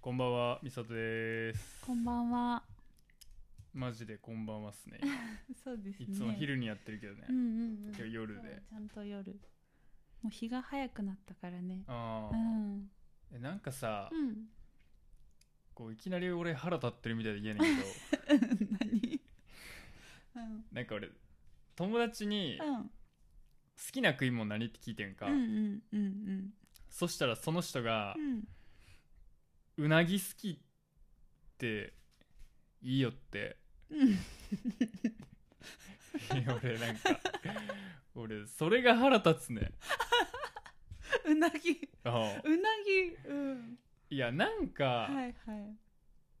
こんばんは、みさとです。こんばんは。マジでこんばんはっ すね。そうですね。いつも昼にやってるけどね。うんうんうん。今日夜でそうちゃんと夜。もう日が早くなったからね。あうあ、ん。えなんかさ、うん。こういきなり俺腹立ってるみたいで嫌ねんけど、 何？うん。 なんか俺友達に好うん。きな食い物何って聞いてんか。うんうんうんうん。そしたらその人がう、ん。うなぎ好きっていいよって。 うん。いや俺 なんか俺それが腹立つね。うなぎ。ああうなぎ。うん。いやなんか、はいはい。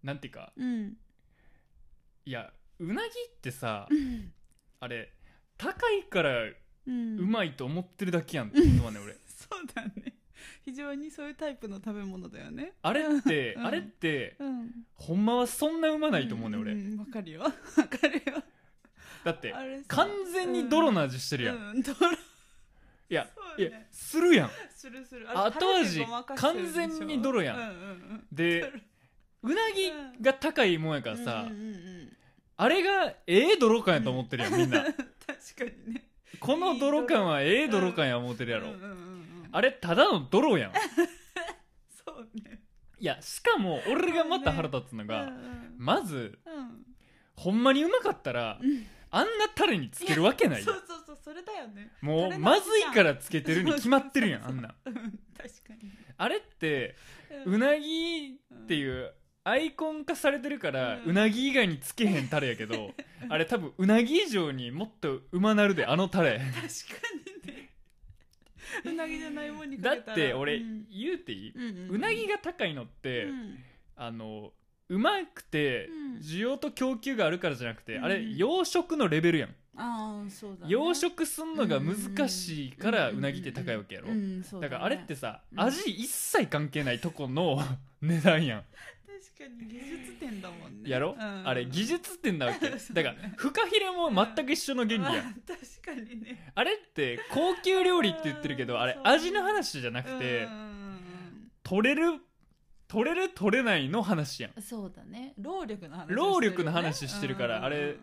なんていうかうん。いやうなぎってさう、んあれ高いからうん。うい。まいと思ってるだけやんって思うね俺そうだね。非常にそういうタイプの食べ物だよね。あれって、うんあれってうん。ほんまはそんなうまないと思うね俺、んんんわかるよ。わかるよ。だってあれさ完全に泥の味してるやん、うん。泥。いやそういねやするやんするするあれ後味食べてごまかしてるでしょ完全に泥やんうんうんでうなぎが高いもんやかうらん、さ、うんうんうんあれがええ泥感やと思ってるやんみんな確かにねこの泥感はええ泥感や思ってるやろ、うんうんうんうんあれただの泥やんそうねいやしかも俺がまた腹立つのうが、んうんまずうんほんまにうまかったらうんあんなタレにつけるわけないやんそうそうそうそれだよねもうまずいからつけてるに決まってるやんあんなんうん確かにあれってうんうなぎってういうアイコン化されてるから、うんうなぎ以外につけへんタレやけ どあれ多分うなぎ以上にもっとうまなるであのタレん確かにねうなぎじゃないもんにかだけたらって俺、うん言うていい、んんうなぎが高いのって、うんあのうまくてうん需要と供給があるからじゃなくて、うんあれ養殖のレベルやん、ああそうだね養殖すんのが難しいからうなぎって高いわけやろ、うんうんそうだだかからあれってさ、うん味一切関係ないとこの 値段やん確かに技術点だもんねやろ、うんあれ技術点なわけ そうだねからフカヒレも全く一緒の原理やん、あ確かにねあれって高級料理って言ってるけどあれそう味の話じゃなくて、取れる取れる取れないの話やんうんそうだね労力の話をしてるよね労力の話してるからあれうんうん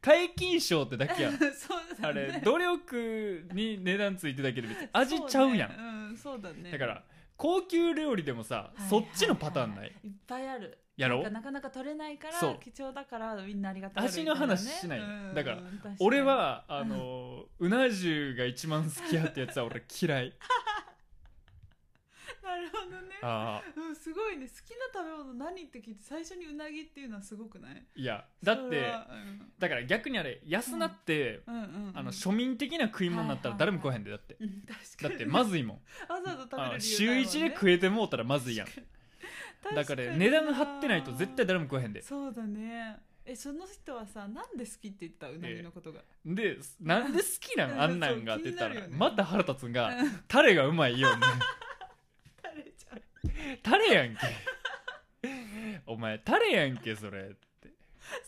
解禁賞ってだけやうんん そうだねあれ努力に値段ついてたけど別に味ちゃうやんそうねうんそうだねだから高級料理でもさ、はいそっちのパターンない、はいはいっぱいあるやろなんかなかなか取れないからそう貴重だからみんなありがたがる味の話しないみたねだからうんうん確に俺はあのうな重が一番好きやってやつは俺嫌 いなるほどねああうんすごいね好きな食べ物何って聞いて最初にうなぎっていうのはすごくないいやだそっれてはうんだから逆にあれ安なって、うんうんうんあの庶民的な食い物になったら誰も食わへんでだって、うん確だかにってまずいもんわざわ ざ食べるあの理由週ないもんね一で食えてもうたらまずいやんだ確かにらな値段張ってないと絶対誰も食わへんでそうだねえその人はさなんで好きって言ったうなぎのことが、でなんで好きなうんん あんなんがっそうて気言ったになるら、よねまた腹立つ んがうんタレがうまいよね垂れちゃう タレやんけお前タレやんけそれ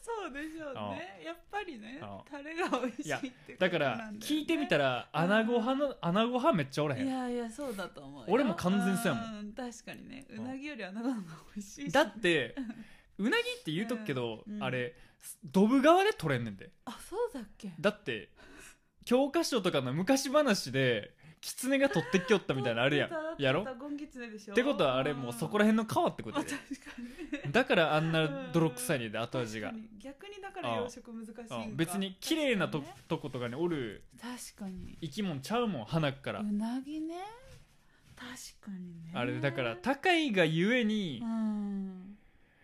そうでしょうねやっぱりねあタレが美味しいってことだからなんだよね聞いてみたらうん穴子派の穴子派めっちゃおらへいんやいやそうだと思うよ俺も完全そうやもん確かにねんうなぎより穴子の方が美味しいしだってうなぎって言うとくけど、うんあれドブ側で取れんねんであそうだっけだって教科書とかの昔話で狐が取ってきよったみたいなのあるやんやろっゴンギツネでしょてことはあれもうそこら辺の川ってことあや確でかにだからあんな泥臭いねんで後味が確かに逆にだから養殖難しいんかうん別に綺麗なと,、とことかにおる確かにね生き物ちゃうもん花から、うなぎね確かにねあれだから高いがゆえに、うん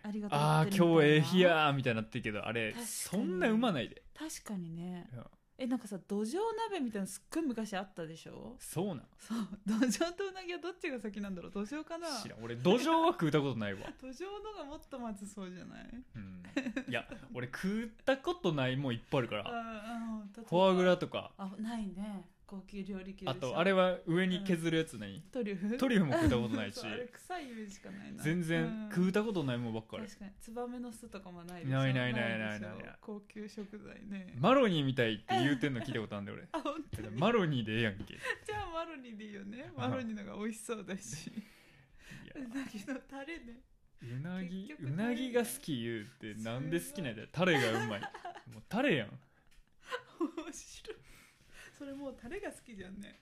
ありがとうああ言ってるみ今日たいええな日やーみたいになってるけどあれ確かにそんなうまないで確かにねうんえなんかさ土壌鍋みたいなのすっごい昔あったでしょそうなんそう土壌とうなぎはどっちが先なんだろう土壌かな知らん俺土壌は食うたことないわ、土壌のがもっとまずそうじゃないうん、いや俺食ったことないもんいっぱいあるからああフォアグラとかあないね高級料理級であしょとあれは上に削るやつ何トリュフトリュフも食ったことないしそうあれ臭いイメージしかないな全然食ううたことないもんばっかり確かにツバメの巣とかもないないないないないでしょないない高級食材ね、マロニーみたいって言うてんの聞いたことあんで 俺あ本当にマロニーでええやんけいじゃあマロニーでいいよねマロニーのが美味しそうだしやうなぎのタレねうなぎ結う局タレなぎが好き言うってなんで好きなんだよタレがうまいもうタレやん面白いそれもうタレが好きじゃんね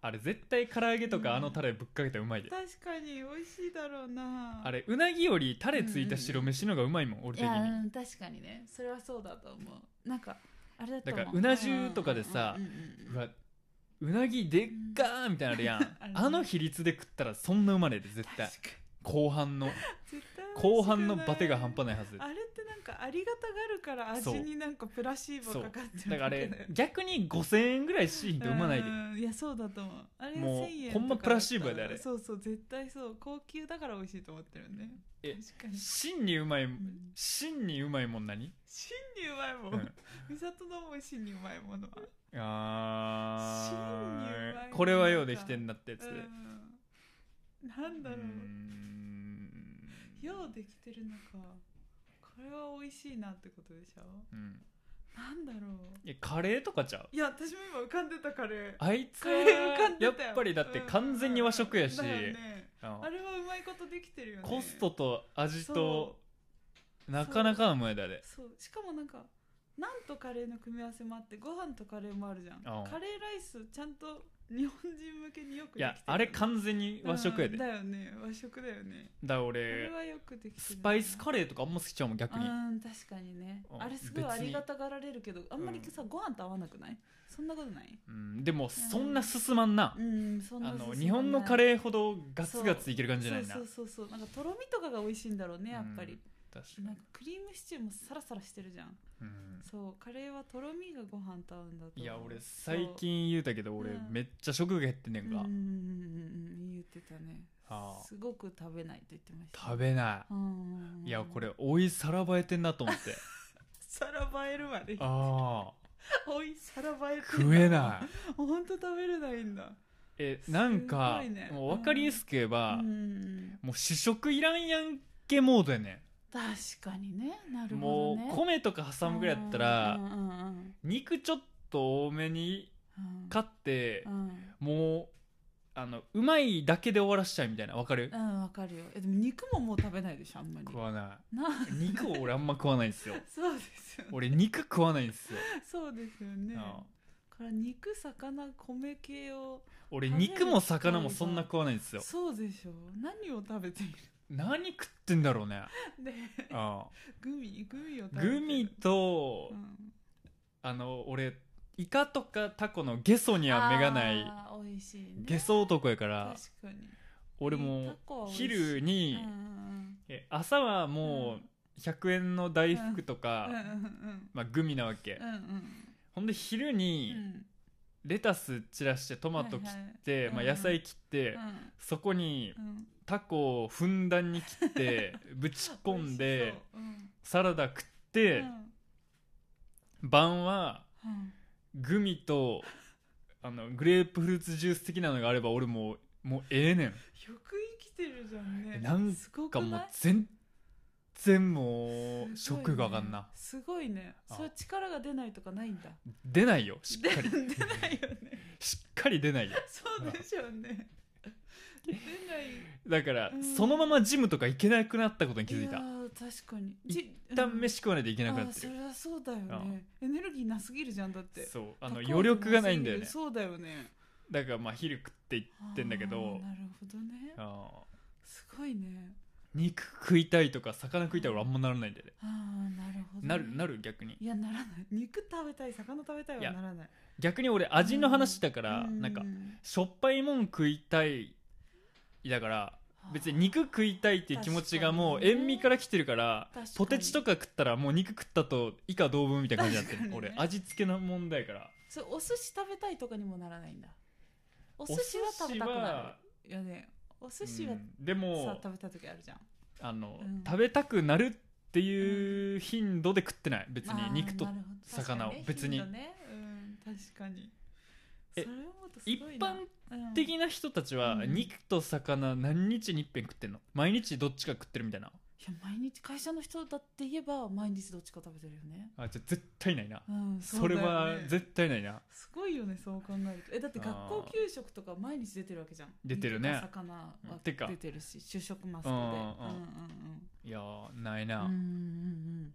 あれ絶対唐揚げとうかんあのタレぶっかけたらうまいで確かに美味しいだろうなあれうなぎよりタレついた白飯のがうまいもん俺い的やにうん確かにねそれはそうだと思うなんかあれだと思だうからうな重とかでさうんうんうんうんうわうなぎでっかーみたいなのあるやんあるねあの比率で食ったらそんなうまねえで絶確対かに後半の絶対美味しくない後半のバテが半端ないはずあれってなんかありがたがるからそう味になんかプラシーボかかってだるからあわけれだよね逆に5000円ぐらいしーんと産まないでうんいやそうだと思うあれがもう1000円ほんまプとかだったらラシーボやであれそうそう絶対そう高級だから美味しいと思ってるんでえ確かに真にうまいん真にうまいもん何真にうまいもうんん美里の思う真にうまいものはあー真にうまいもんこれはようできてんなってやつでうんなんだろうーうんようできてるのかこれは美味しいなってことでしょうんなんだろういやカレーとかちゃういや私も今浮かんでたカレーあいつカはレー浮かんでやったよぱりだって完全に和食やしうんうんうんだよねあのあれはうまいことできてるよねコストと味とそなかなかのもやだでそうしかもなんかナンとカレーの組み合わせもあってご飯とカレーもあるじゃんあカレーライスちゃんと日本人向けによくできているよやねあれ完全に和食やうでんだかだよね和食だよねらあれ俺はよくできてるスパイスカレーとかあんま好きちゃうもん逆にうん確かにねうんあれすごい別あにりがたがられるけどあんまりさ、うご飯と合わなくないそんなことないうんでもそんな進まんなうんそんなあの進まない日本のカレーほどガツガツいける感じじゃないなそうそうそうそうなんかとろみとかが美味しいんだろうねやっぱり、うん確かになんかクリームシチューもサラサラしてるじゃんうんそうカレーはとろみがご飯と合うんだと思ういや俺そう最近言うたけど俺うんめっちゃ食が減ってんねうんんうんかうんうん言ってたねああすごく食べないと言ってました食べなうんうんうんいいやこれおいさらばえてんなと思って さらばえるまでああおいさらばえて食えないいほんと食べれないんだ えなんかすごいねもう分かりやすく言えばうんうんもう試食いらんやんけモードやね確かにねなるんもほどうね米とか挟むぐらいやったらうんうんうん肉ちょっと多めにうん買ってうんもうあのうまいだけで終わらしちゃうみたいな分かるうんわかるよえでも肉ももう食べないでしょあんまり食わなない肉を俺あんま食わないんですよ そうですよね俺肉食わないんですよそうですよねああから肉魚米系を俺食べる肉も魚もそんな食わないんですよそうでしょ何を食べてい何食ってんだろうねる であグミグミを食べてグるミと、うんあの俺イカとかタコのゲソには目がないあー美味しいねゲソ男やから確かに俺タもコは美味しい昼うんにうんうんえ朝はもう100円の大福とか、うんうんまあ、グミなわけ、うんうんうんほんで昼うにんレタス散らしてトマト切はいはいって、うんまあ、野菜切って、うんそこにうんタコをふんだんに切ってぶち込ん美で味しそううんサラダ食って、うん晩はうんグミとあのグレープフルーツジュース的なのがあれば俺もうもうええねんよく生きてるじゃんねなんすごかくもうない全然もうすごいね食が上がんな、すごいねあそう力が出ないとかないんだ出ないよしっか り出出ないよ ねしっかり出ないよそうでしょうね出ないだから、うんそのままジムとか行けなくなったことに気づいやたー確かに一じ旦飯食わないといけなくなうんあーってそるりゃそうだよねエネルギーなすぎるじゃんだってそうあの高余力がないんだよねすぎるそうだよねだからまあ昼食っていってんだけあどーなるほどねあーすごいね肉食いたいとか魚食いたい俺あんまならないんだよねああなるほどねなるなる逆にいやならない肉食べたい魚食べたいいやはならない逆に俺味の話だから、うなんかしょっぱいもん食いたいだから別にあー肉食いたいっていう気持ちがもう確かにね塩味から来てるから確かにポテチとか食ったらもう肉食ったと以下同分みたいな感じになってる、確かに俺ね味付けの問題やからそうお寿司食べたいとかにもならないんだおお寿司は食べ寿たく司なはるいやねお寿司はうんでさも食べた時あるじゃんあの、うん食べたくなるっていう頻度で食ってない別に肉とあーなるほど魚を確かにね別に頻度ねうん確かにえそれ思うとすごいな一的な人たちはうん肉と魚何日に一遍食ってんの毎日どっちか食ってるみたいなや毎日会社の人だって言えば毎日どっちか食べてるよねあじゃあ絶対ないなうんそれうだよはね絶対ないなすごいよねそう考えるとえだってあー学校給食とか毎日出てるわけじゃん出てるね肉とか魚はてか出てるし就職マスクでううんんうんううんんいやーないうんうんうな、んうん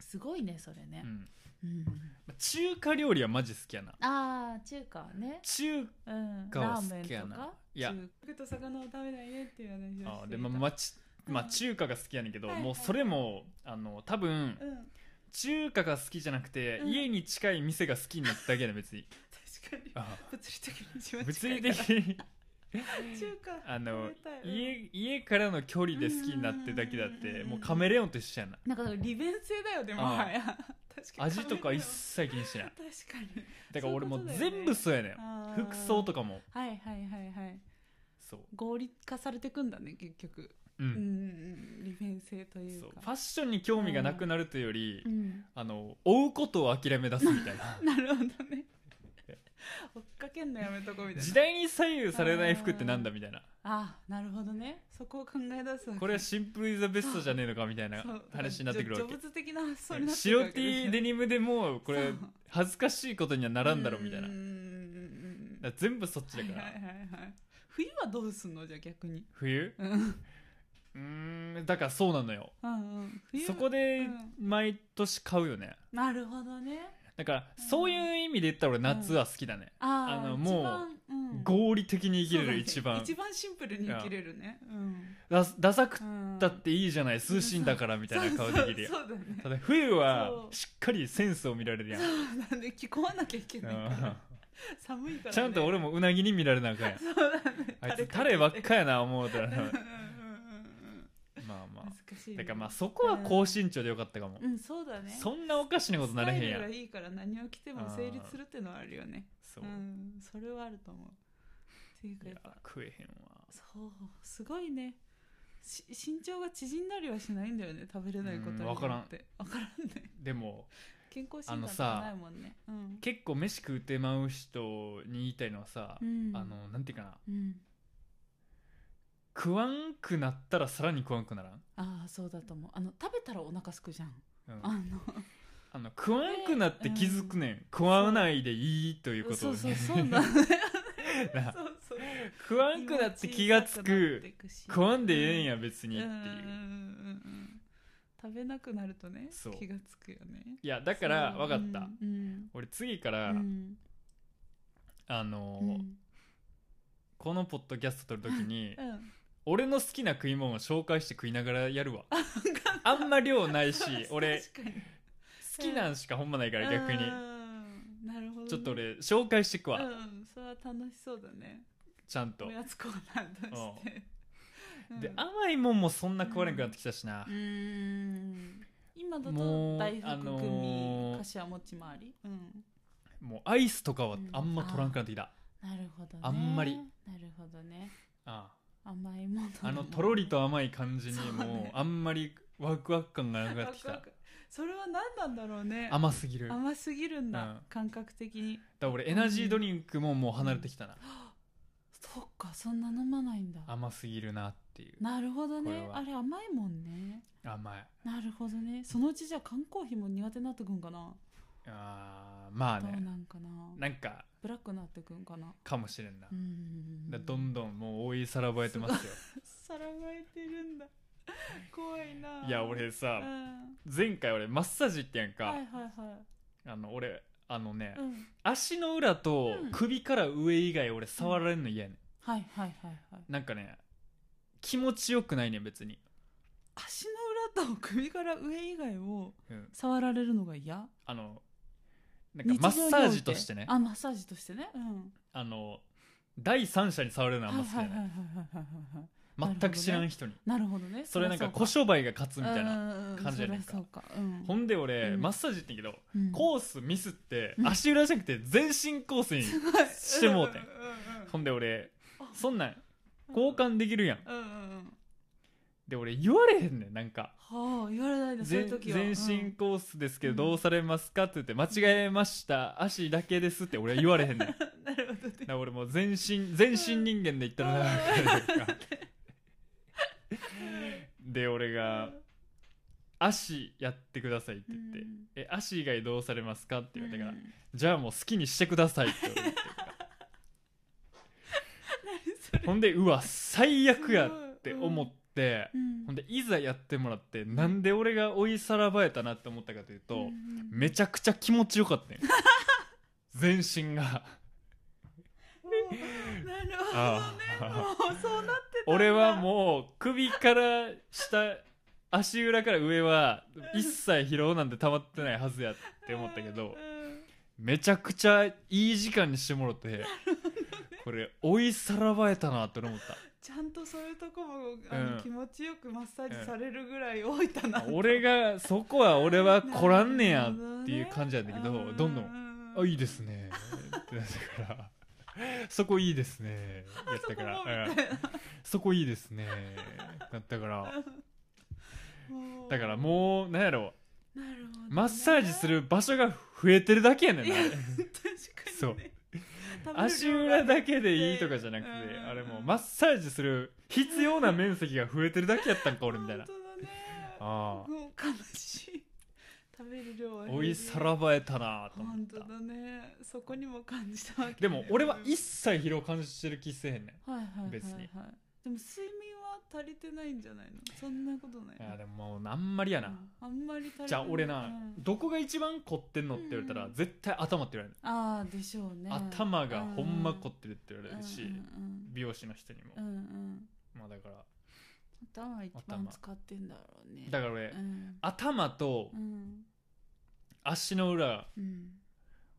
すごいねそれねう、んうんまあ中華料理はマジ好きやなあー中華ね、中うん、華ラはーメ好ンきやとなかいや中華と魚を食べないねっていう話をしていたあーでも、まあちまあ、うん中華が好きやねんけど、はいはいもうそれもあの多分うん中華が好きじゃなくて、うん家に近い店が好きになっただけやねん別に確かにあ物理的に一ー番物近い理から的に中華あの食べたい うん家家からの距離で好きになってだけだっうんうんうんてうんもうカメレオンと一緒やななんか利便性だよでもはや確かに味とか一食切気にしべなれいるわ確かにだから俺もうそういうことだよね全部そうやねんあー服装とかもはいはいはいはいそう合理化されてくんだね結局、ううんうんん、うん、利便性というそうかファッションに興味がなくなるというより、うん、あの追うことを諦め出すみたい ななるほどね追っかけんのやめとこうみたい時な代に左右されない服ってなんだみたいなああなるほどねそこを考え出すわけこれはシンプルイズザベストじゃねえのかみたいなそう話になってくるわジョけジョブズ的な発想になってくる白 T デニニムでもうこれそう恥ずかしいことにはならんだろみたいなうんだうかんうんら全うん部そっちだはいかはいらはいはい冬はどうすんのじゃあ逆に冬うんうんうーんだからそうなのようん冬そこでうん毎年買うよねなるほどねだからうんそういう意味で言ったら俺夏は好きだねあああののもううん、合理的に生きれそうだるね一番一番シンプルに生きれるねうんダダサくうんったっていいじゃない通信だからみたいな顔できるよそうそうそうだねただ冬はそうしっかりセンスを見られるやん そうなんで着込まなきゃいけないから寒いうから、ね、んちゃんと俺もうなぎに見られなあかんやんそうだねあいつタ垂レればかっけてかやな思う たらうんうんうんまうんあま難あしい、ね、だからまあそこは高身長でよかったかもうんそうだねそんなおかしなことなれへんやスタイルんがいいから何を着ても成立するっていうのはあるよねそうううんそれはあると思うっていうかいややっぱ食えへんわそうすごいねし身長が縮んだりはしないんだよね食べれないことによってうんわからんわからんねでも健康あ診の断とさかないもんねうん、結構飯食うてまう人に言いたいのはさうん、あのなんていうかなうん食わんくなったらさらに食わんくならんああそうだと思うあの食べたらお腹すくじゃんうんあのあの食わんくなって気づくねん食わないでいいということそをうねそうそうなんだよねなそうそう 食わんくなって気がつく食わんでええんや別うんにうっんてういんううん食べなくなるとねそう気がつくよねいやだからそう分かったうん俺次かうらんあのうんうーんこのポッドキャスト撮るときにうん俺の好きな食い物を紹介して食いながらや るわあんま量ないし俺確かに好きなんしかほんまないから逆にうんなるほどねちょっと俺紹介してくうわんそれは楽しそうだねちゃんとおやつコーナーとしてうんで甘いもんもそんな食われんくなってきたしなうーん今だもうと大福あのグーミ柏餅回りうんもうアイスとかはあんま取らんくなってきたなるほどねあんまりなるほどねあ甘いものああのとろりワと甘い感じにそうねもうあんまりワクワク感がなくクなワってきクたそれは何なんだろうね甘すぎるだか甘すぎるんだ、うん感覚的にら俺エナジードリンクももう離れてきたなそっかそんな飲まないんだ甘すぎるなっていうなるほどこれねはあれ甘いもんね甘いなるほどねそのうちじゃあ缶コーヒーも苦手になってくんかな、あーまあどうねなんかななんかブラックになってくんかなかもしれんなう、んだからどんどんもう追いさらばえてますよさらわれてるんだ怖いないいやうん俺さは前回俺マッサージってやんいか、はいはあの俺あのねい、うん、足の裏とうん首から上以外俺触られんの嫌やねはいはいはいはいんなんかね気持ちよくないねん別に、足の裏と首から上以外をうん、触られるのが嫌あのなんかマッサージとしてね日常においあマッサージとしてねうんあの第三者に触れるのはあんま好きじゃはいはいなはいいはいはいはいはい全く知らん人になるほどねそれなんか小商売が勝つみたいなな感じやねんかそうかうんほんで俺うんマッサージってんけどうんコースミスって足裏じゃなくて全身コースにはいしてもうてんんんほんで俺あそんなん交換できるやんうんうんで俺言われへんねんなんかうんはあ言われないでそうい全う時は全身コースですけどうん どうされますかって言って間違えました足だけですって俺は言われへんねんだかうんなるほどねら俺もう全身全身人間で言ったらなうんなんかで俺が「足やってください」って言ってうん「え足以外どうされますか?」って言われたからうん「じゃあもう好きにしてください」って俺が言ってるから何それほんでうわ最悪やすごいって思って、うんほんでいざやってもらってなんで俺が追いさらばえたなって思ったかというと、めちゃくちゃ気持ちよか ったよ全身がうんなるほあどねあもうそうなってたんだ俺はもう首から下足裏から上は一切疲労なんて溜まってないはずやって思ったけどうんめちゃくちゃいい時間にしてもろてこれ追いさらばえたなって俺思っちゃんとそういうとこもあの、うん気持ちよくマッサージされるぐらい置いたなた俺がそこは俺は来らんねやっていう感じなんだけどどんどん「あいいですねね」ってなったから「そこいいですね」やったかそこもら「うみんたいなそこいいですね」なったからもうだからもうなんやろなるほどねマッサージする場所が増えてるだけやねんいやなあれ確かにそうね食べる量が足裏だけでいいとかじゃなくてうんうんうんあれもうマッサージする必要な面積が増えてるだけやったんか俺みたいな本当だねあもう悲しい食べる量はあ減り追いさらばえたなと思っ本当ただねそこにも感じたわけねでも俺はうん一切疲労感じてる気せえへんねはいはいはいはい別にでも睡眠は足りてないんじゃないのそんなことないんいやでももうあんまりやうなんあんまり足りてないじゃあ俺うなんどこが一番凝ってんのって言われたうらん絶対頭って言われああでしょうねる頭がほんま凝っってるって言われるしうん美容師の人にもうんうんうんうんまあだから頭一番頭使ってんだろうねだから俺うん頭とうん足の裏うん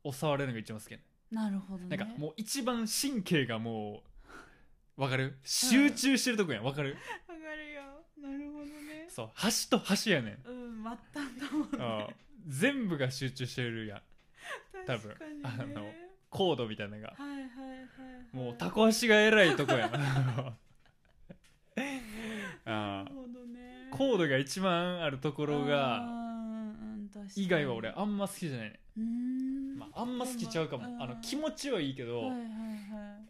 を触れるのが一番好きやねんなるほどねなんかもう一番神経がもうわかる集中してるとこやんわかる、わかるよなるほどねそう端と端やねんうん末端だもんあねー全部が集中してるやん多分確かにねあのコードみたいなのがはいはいはいはいもうタコ足が偉いとこやん あなあるほどねーコードが一番あるところあーがうんうん確かに以外は俺あんま好きじゃないねうーんん、まあ、あんま好きちゃうかもあの気ち持ちはいいけど、はいはいはい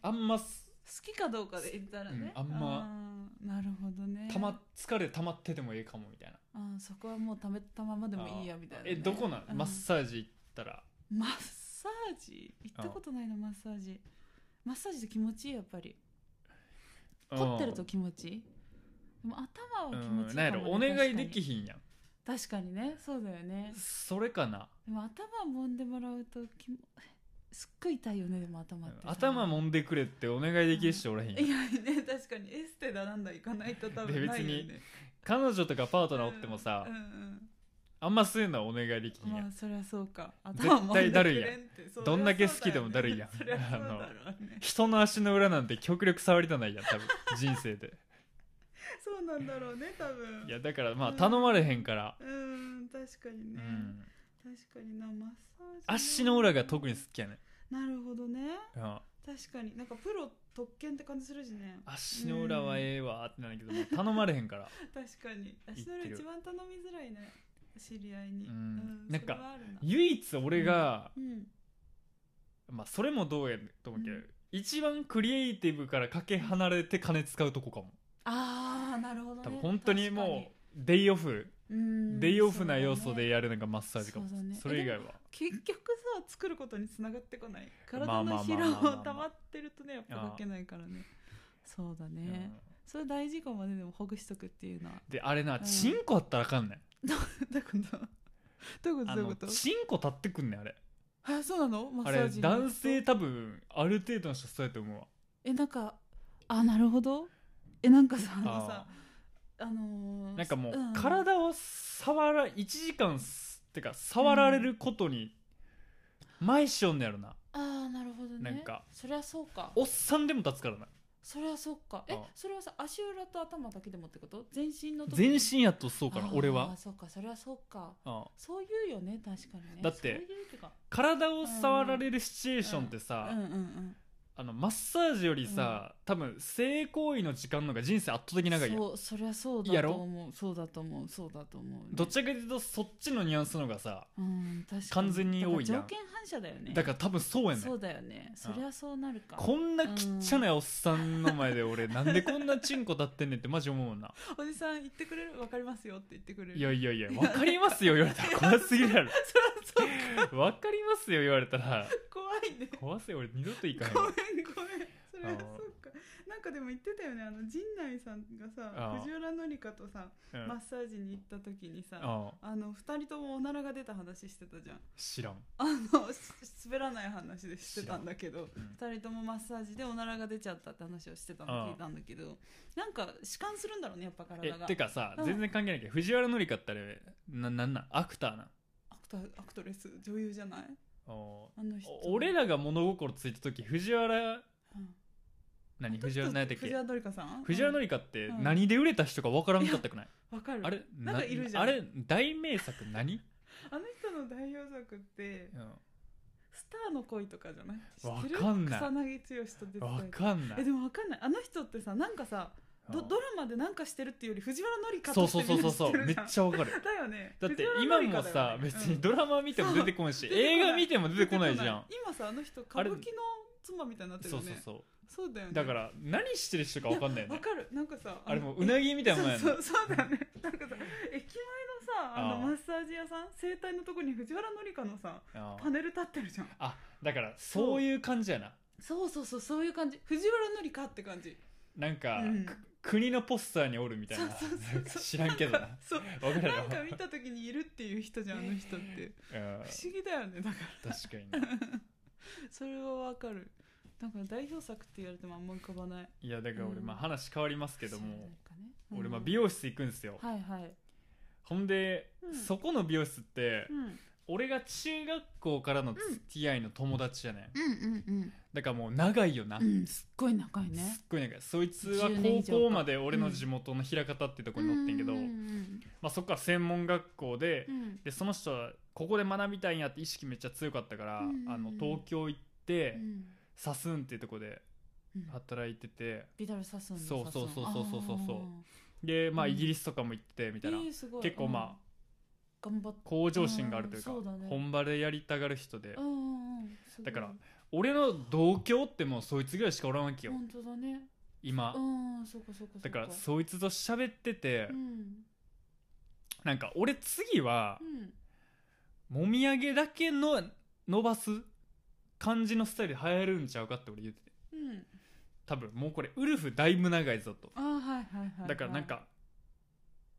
あんます好きかどうかで言ったらね、うんあんまあーなるほどねたま疲れ溜まっててもええかもみたいなあーそこはもうためたままでもいいやみたいなね、えどこなん、うんマッサージ行ったらマッサージ行ったことないなマッサージマッサージって気持ちいいやっぱり凝ってると気持ちいいでも頭は気持ちいうんいなんやかろもおね願いできひんやん確かに確かにねそうだよねそれかなでも頭揉んでもらうときもすっごい痛いよねでも頭って頭も揉んでくれってお願いできる人おらへんやいんやね確かにエステだなんだ行かないと多で分ないよね別に彼女とかパートナーおってもさうんうんあんまそういうのはお願いできうひんんやまんあそりゃそうか絶対頭揉んでくれってそりゃそうだよねどんだけ好きでもだるいやんそりゃそうだろうね人の足の裏なんて極力触りたないやん 多分人生でそうなんだろうね多分いやだからまあうん頼まれへんからうん確かにうね、ん確かになマッサージな足の裏が特に好きやねんなるほどねうん確かになんかプロ特権って感じするしね足の裏はええわってなるけどもう頼まれへんから確かに足の裏一番頼みづらいね知り合いに、うんななんんかかあるな唯一俺がうんまあそれもどうやと思うけどうん一番クリエイティブからかけ離れて金使うとこかもああなるほど、ね、多分本当にもうデイオフう、うん、デイオフな要そ素うだねでやるのがマッサージかもそうだねそれ以外は結局さ作ることにつながってこない体まあまのあ疲まあまあまあ労も溜まってるとねやっぱかけないからねそうだうねん、それ大事かもねでもほぐしとくっていうのは であれなうんチンコあったらあかんねんどういうことどういうことあどういうのことチンコ立ってくんねんあれあそうなのマあッサーれジに男性多分ある程度の人そうやと思うわえなんかあなるほどえなんかさあのさああのーーなんかもううん体を触ら1時間すってか触られることに毎しよんねやろなあーなるほどなねんかそりゃそうかおっさんでも立つからなそりゃそうかえあそれはさ足裏と頭だけでもってこと全身のとこ全身やとそうかなあー俺はそうかそりゃそうかうんそういうよね確かにねだってそういうてか体を触られるシチュエーションってさうんうんうんあのマッサージよりさ、多分性行為の時間の方が人生圧倒的に長いやんそうそりゃそうやだとろ思うそうだと思うそうだと思うね、どちらかというとそっちのニュアンスの方がさうん確かに完全に多いやんだから条件反射だよねだから多分そうやねんそうだよねそりゃそうなるかこんなきっちゃなおっさんの前で俺なんでこんなチンコ立ってんねんってマジ思うもんなおじさん言ってくれるわかりますよって言ってくれるいやいやいや分かりますよ言われたら怖すぎるやろ そうそう分かりますよ言われたら怖いね怖すよ俺二度と行ごかめへんんごめわんあのそれはそっかなんかでも言ってたよねあの陣内さんがあさあ藤原紀香とさうんマッサージに行った時にさあああの二人ともおならが出た話してたじゃん知らんあのす滑らない話でしてたんだけどうん二人ともマッサージでおならが出ちゃったって話をしてたああの聞いたんだけどなんか弛緩するんだろうねやっぱえ体がてかさうん全然関係ないけど藤原紀香ってあれななんなんアクターなアクターアクトレス女優じゃないおあの人俺らが物心ついた時藤原うん何あの人藤原何やったっ藤け原紀香さん藤原うん紀香ってうん何で売れた人か分からんかったくないわかるあれなんかいるじゃんあれ大名作何あの人の代表作ってうスターの恋とかじゃないわ知ってるかんない草薙剛と出てんわたかんないえでもわかんないあの人ってさなんかさどうんドラマでなんかしてるっていうより藤原紀香そとうしてそうそうそうそうめっゃちゃわかるだよねだって藤今原紀も香ださよね別にうんドラマ見ても出てこないしそう映画見ても出てこない出じてゃこん今さあの人歌あれ舞伎の妻みたいになってるそようそうねそそうだよねうだから何してる人かわかんないよわねかるなんかさあれもうういなぎみたいなもんやねそうそうそうだよねなんかさ駅前のさあのあーマッサージ屋さん整体のとこに藤原紀香のさあパネル立ってるじゃんあだからそういう感じやなそうそうそうそういう感じ藤原紀香って感じなんか、うんく国のポスターにおるみたいなそうそうそうなんか知らんけ どなそう分かるなんか見た時にいるっていう人じゃんあの人ってうん不思議だよねだか確かにならそれはわかるだから代表作って言われてもあんま浮かばないいやだから俺、うんまあ話変わりますけどそうもなるかね俺まあうん美容室行くんですよ、はいはいほんで、うんそこの美容室って、うん俺が中学校からの付き合いの友達やねん、うんうんだからもう長いよな、うんうんすっごい仲いいすねっごい長いそいつは10年以高上校かまで俺の地元の枚方ってとこに乗ってんけど、うんうんまあ、そっから専門学校で,、うんうんでその人はここで学びたいんやって意識めっちゃ強かったから、うんあの東京行って、うんサスーンっていうとこでうん働いててビダルサスンのそうそうそうそうそうそうそううでまあうんイギリスとかも行ってみたいな、すごい結構まあ、うん頑張って向上心があるというか、うんそうだね本場でやりたがる人で、うんうんうんすごいだから俺の同郷ってもうそいつぐらいしかおらんわけよ、本当だね今、うんそうかそうかそうだからそいつと喋ってて、うんなんか俺次はうんもみあげだけの伸ばす感じのスタイルで流行るんちゃうかって俺言っててうん多分もうこれウルフだいぶ長いぞとあーはいはいはいはいだからなんか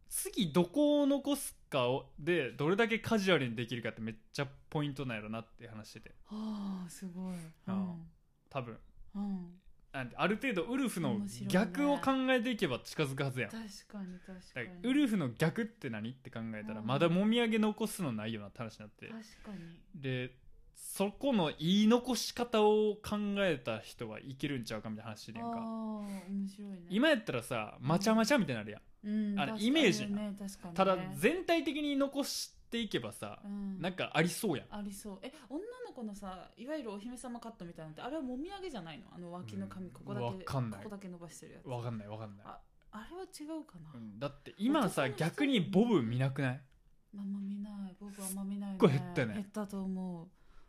次どこを残すかをでどれだけカジュアルにできるかってめっちゃポイントなんやろなって話しててああすごいあうーん多分うんなんてある程度ウルフの面白いね逆を考えていけば近づくはずやん、確かに確かだにからウルフの逆って何って考えたらうんまだもみあげ残すのないよなって話になって確かにでそこの言い残し方を考えた人はいけるんちゃうかみたいな話であんあかー面白いね今やったらさまちゃまちゃみたいになるやん、うんあれ確かにイメージやんね確かにねただ全体的に残していけばさ、うんなんかありそうやんありそうえ女の子のさいわゆるお姫様カットみたいなのってあれはもみあげじゃないのあの脇のう髪んここだけ、わかんないここだけ伸ばしてるやつわかんないわかんないああれは違うかな、うんだって今さ男の人逆にボブ見なくないあんま見ないボブあんま見ない、ね、すっごい減ったね減ったと思う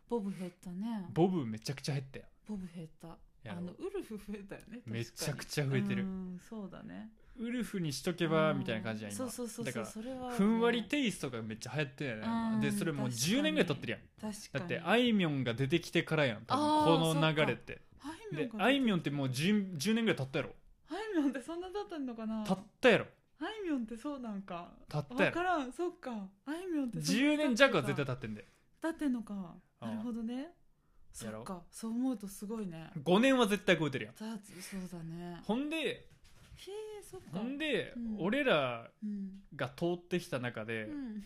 ボブ減ったねボブめちゃくちゃ減ったよボブ減ったやあろのウルフ増えたよねめちゃくちちゃ増えてるそうだねウルフにしとけばみたいな感じやんうん今そうそうそうだそかうらそれはふんわりテイストがめっちゃ流行ってんやなうん今でそれもう10年ぐらい経ってるやん確かだにってあいみょんが出てきてからやん多あー分この流れってあいみょんでがあいみょんってもう 10, 10年ぐらい経ったやろあいみょんってそんなだったのかな経ったやろあいみょんってそうなんか経ったわやかろらんそっかあいみょんってそんな10年弱は絶対だ経ってんでってんのかうんなるほどねそやろっかそう思うとすごい ね5年は絶対超えてるやんだそうだねほんでへえそっかほんでうん俺らうんが通ってきた中でうん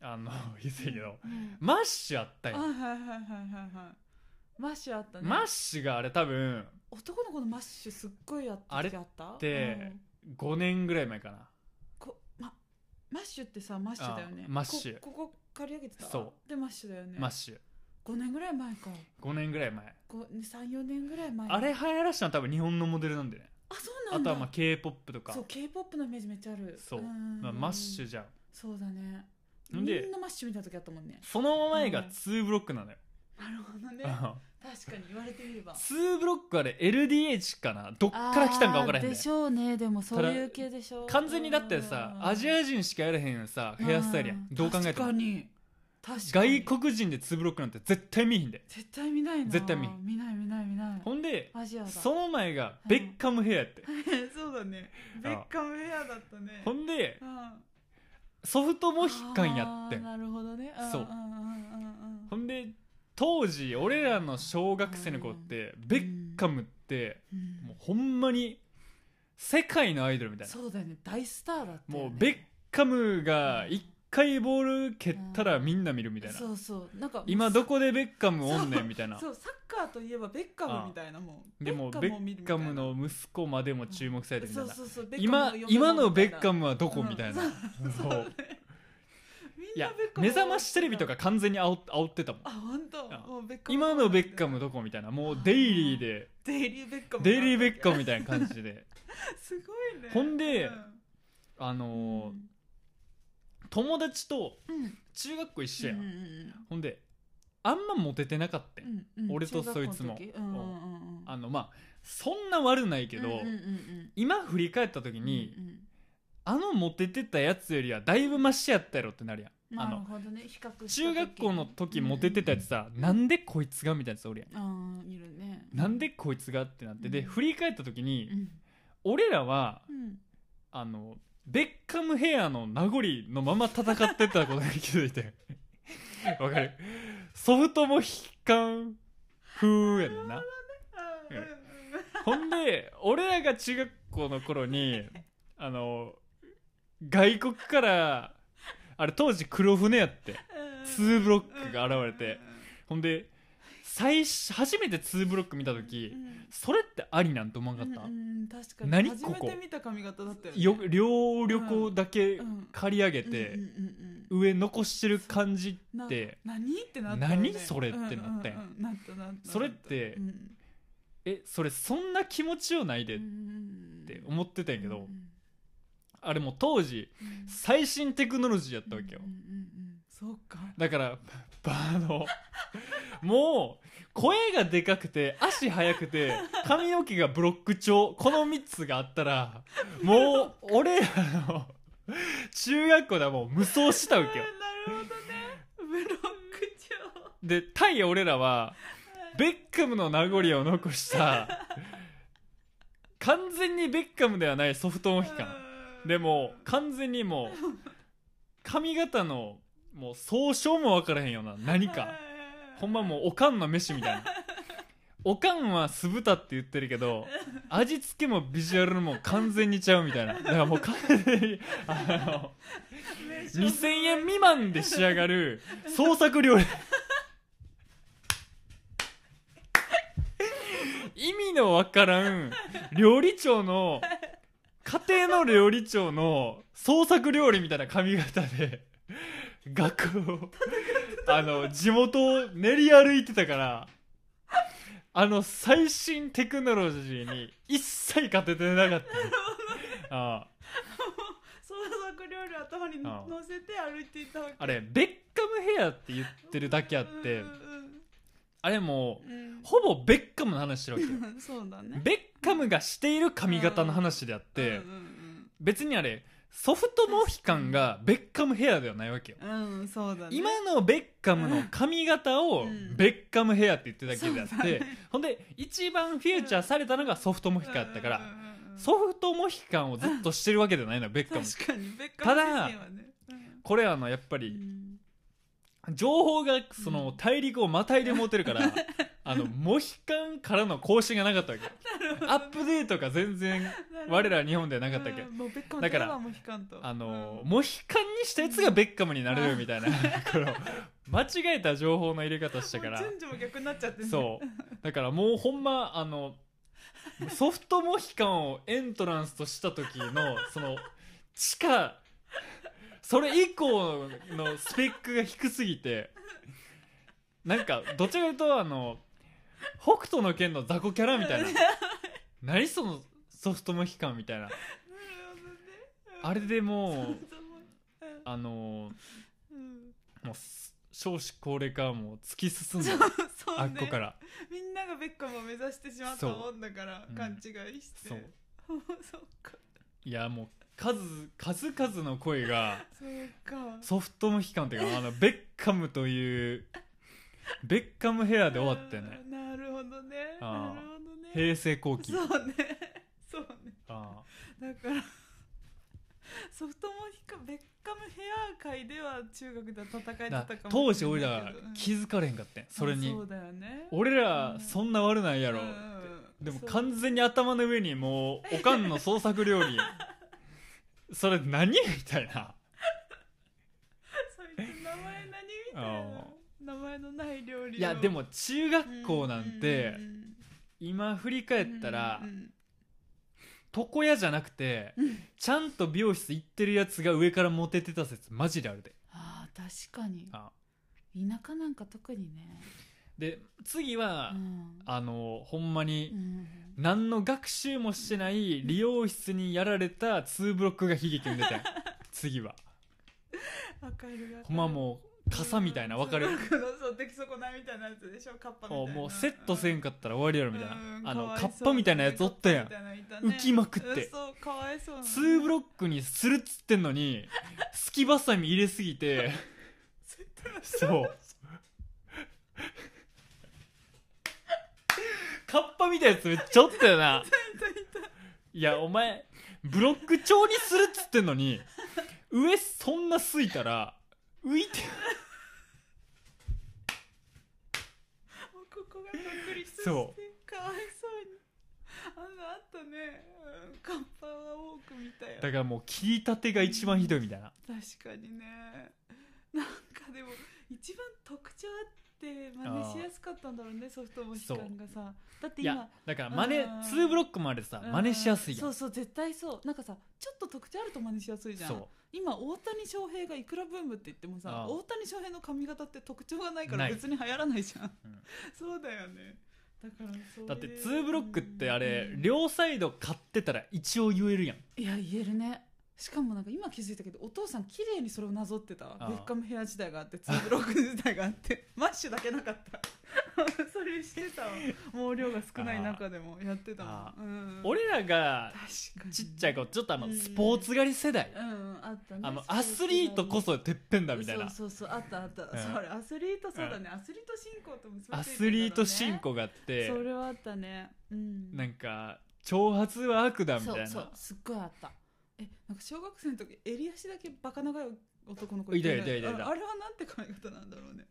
あの 言ってたけどうんマッシュあったあやはいんはいはいはいはいマッシュあったねマッシュがあれ多分男の子のマッシュすっごいやったあれっ時あったてうん5年ぐらい前かなこまマッシュってさマッシュだよねあマッシュこここ刈り上げてたそうでマッシュだよねマッシュ5年ぐらい前か5年ぐらい前34年ぐらい前あれ流行らしたのは多分日本のモデルなんでねあそうなあんとだはまあ k p o p とかそう k p o p のイメージめっちゃあるそううんまあマッシュじゃんそうだねみんでんなマッシュみたいな時あったもんねその前が2ブロックなのよ、なる ほどね確かに言われてみれば2ブロックあれ LDH かなどっから来たんか分からへんねあーでしょうねでもそういう系でしょう完全にだってさアジア人しかやれへんよさヘアスタイルやんどう考えて確かもに確かに外国人で2ブロックなんて絶対見えへんで絶対見ないな絶対見見ない見ない見ないほんでアジアだその前がベッカムヘアやって、 そうだねベッカムヘアだったねほんでうんソフトモヒカンやってあーんなるほどねんそうんんうんほんで当時俺らの小学生の子ってベッカムってうんもうほんまに世界のアイドルみたいなそうだよね大スターだったよねもうベッカムが一回ボール蹴ったらみんな見るみたいなそうそうなんか今どここでベッカムおんねんみたいなそうサッカーといえばベッカムみたいなもんでもベを見るッみたカいなムの息子までも注目されてみたそいうなそうそうベッカム今嫁今のみたベいなッカムはどこみたいなうんそうみんないやベッカム目覚ましテレビとか完全に煽っ煽ってたもんあ本当んもうベッカム今のベッカムどこみたいなもうデイリーでデイリーベッカムデイリーベッカムみたたいな感じでいなすごいねほんでうんあのーうん友達とうん中学校一緒やうんんうんほんであんまモテてなかったんうんうん俺とそいつも中学校の時うんうんうんうんあのまあそんな悪ないけどうんうんうん今振り返った時うんにうんうんあのモテてたやつよりはだいぶマシやったやろってなるやんあなるのほどね比較した時に中学校の時モテてたやつさなんでこいつがみたいなやつおるやんあーいるねなんでこいつがってなってでうん振り返った時にうん俺らはうんあのベッカムヘアの名残のまま戦ってたことに気づい てわかるソフトモヒカン風やねんなうんうんほんで俺らが中学校の頃にあの外国からあれ当時黒船やって2ブロックが現れてほんで最初初めて2ブロック見た時それってありなんて思わなかった、うんうん確かに何初こめこて見た髪型だったよねよ両旅行だけうん借り上げうてんうんうんうん上残してる感じなって何ってなったよね何それってなったやんうううなったなったなったそれってうんえそれそんな気持ちよないでっうんうんうんて思ってたんやけうんどうんあれもう当時うん最新テクノロジーやったわけようんうんうんそうかだからばあのもう声がでかくて足速くて髪の毛がブロック調この3つがあったらもう俺らの中学校ではもう無双したわけようんなるほどねブロック帳で対俺らはベッカムの名残を残した完全にベッカムではないソフトモヒカンうんでも完全にもう髪型のもう総称も分からへんような何かほんまもうおかんの飯みたいなおかんは酢豚って言ってるけど味付けもビジュアルも完全にちゃうみたいなだからもう完全にあ名の称2000円未満で仕上がる創作料理意味のわからん料理長の家庭の料理長の創作料理みたいな髪型で学校をあの地元を練り歩いてたからあの最新テクノロジーに一切勝ててなかったあ創作料理を頭に乗せて歩いていたわけああれベッカムヘアって言ってるだけあってうんあれもうんうんうほぼベッカムの話してるわけようんそうだねベッカムがしている髪型の話であって、うんうん別にあれソフトモヒカンがベッカムヘアではないわけようん、うん、そうだね今のベッカムの髪型をうんベッカムヘアって言ってただけであそうって、ほんで一番フューチャーされたのがソフトモヒカンだったから、うんうんうんソフトモヒカンをずっとしてるわけじゃないのよベッカム確かにベッカム自身はねこれあのやっぱうりん情報がそのうん大陸をまたいで持てるから、 あのモヒカンからの更新がなかったわけよアップデートが全然我ら日本ではなかったわけようんもうベッカムだからといえばモヒカンとあのうーんモヒカンにしたやつがベッカムになれるみたいな この間違えた情報の入れ方したからもう順序も逆になっちゃってねそうだからもうほんまあのソフトモヒカンをエントランスとした時のその地下それ以降のスペックが低すぎてなんかどちらかというとあの北斗の拳の雑魚キャラみたいな何そのソフトモヒカンみたいなあれで もうあのもうす少子高齢化はもう突き進んだあっこかららみんながベッカムを目指してしまったもんだからそう勘違いしてそう そっかいやもう数数々の声がそうかソフトモヒカンっていうかあのベッカムというベッカムヘアで終わったよねうんなるほどねああなるほどね平成後期そうねそうねあだからソフトモヒカベッカムヘア界では中学では戦えあてだたかからも当し時れ俺ないらけど気づかれへんかったんそれにそうだよね俺らそんな悪ないやろっうてんうんうんでもそう完全に頭の上にもうおかん の創作料理それ何みたいなそいつ名前何みたいな名前のない料理をいやでも中学校なんてううん今振り返ったらうんうん床屋じゃなくてうんちゃんと美容室行ってるやつが上からモテてた説マジであるでああ確かにあ田舎なんか特にねで次はうんあのほんまうにん何の学習もしてない理容室にやられた2ブロックが悲劇を出て ん次はわかるわかるほんまもう傘みたいな分かるうんそうそう出来損ないみたいなやつでしょカッパみたいもなうもうセットせんかったら終わりやろみたいうんなあのかわいカそうッパみたいなやつおったやんカッパみたいなのいたね浮きまくってうんそうかわいそうなの2ブロックにするっつってんのにすきばさみ入れすぎてセットのそうカッパみたいなやつめっちゃおったよないやお前ブロック調にするっつってんのに上そんなすいたら浮いてもうここが独立してそかわいそうにあんなあったねうんカッパは多く見たよだからもう切りたてが一番ひどいみたいな確かにねなんかでも一番特徴あって真似しやすかったんだろうねソフトモヒカンがさだってい今やだから真似うん2ブロックまでさ真似しやすいやそんうそう絶対そうなんかさちょっと特徴あると真似しやすいじゃんそ今大谷翔平がいくらブームって言ってもあさあ大谷翔平の髪型って特徴がないかならい別に流行らないじゃん、んそうだよねだからそういううだって2ブロックってあれうん両サイド買ってたら一応言えるやんいや言えるねしかもなんか今気づいたけどお父さん綺麗にそれをなぞってたわああベッカムヘア時代があってツーブロック時代があって マッシュだけなかったそれしてたわ毛量が少ない中でもやってたああもん、うん、俺らが確かにちっちゃい頃ちょっとあうのんスポーツ狩り世代うんあったねあのそうアスリートこそてっぺんだみたいなそうそうそうあったあった、んそれアスリートそうだね、アスリート進行と結びついてるからねアスリート信仰があってそれはあったねうんなんか挑発は悪だみたそいうそうなすっごいあったえなんか小学生の時襟足だけバカ長い男の子いたいたいたいたああれはなんて髪型なんだろうね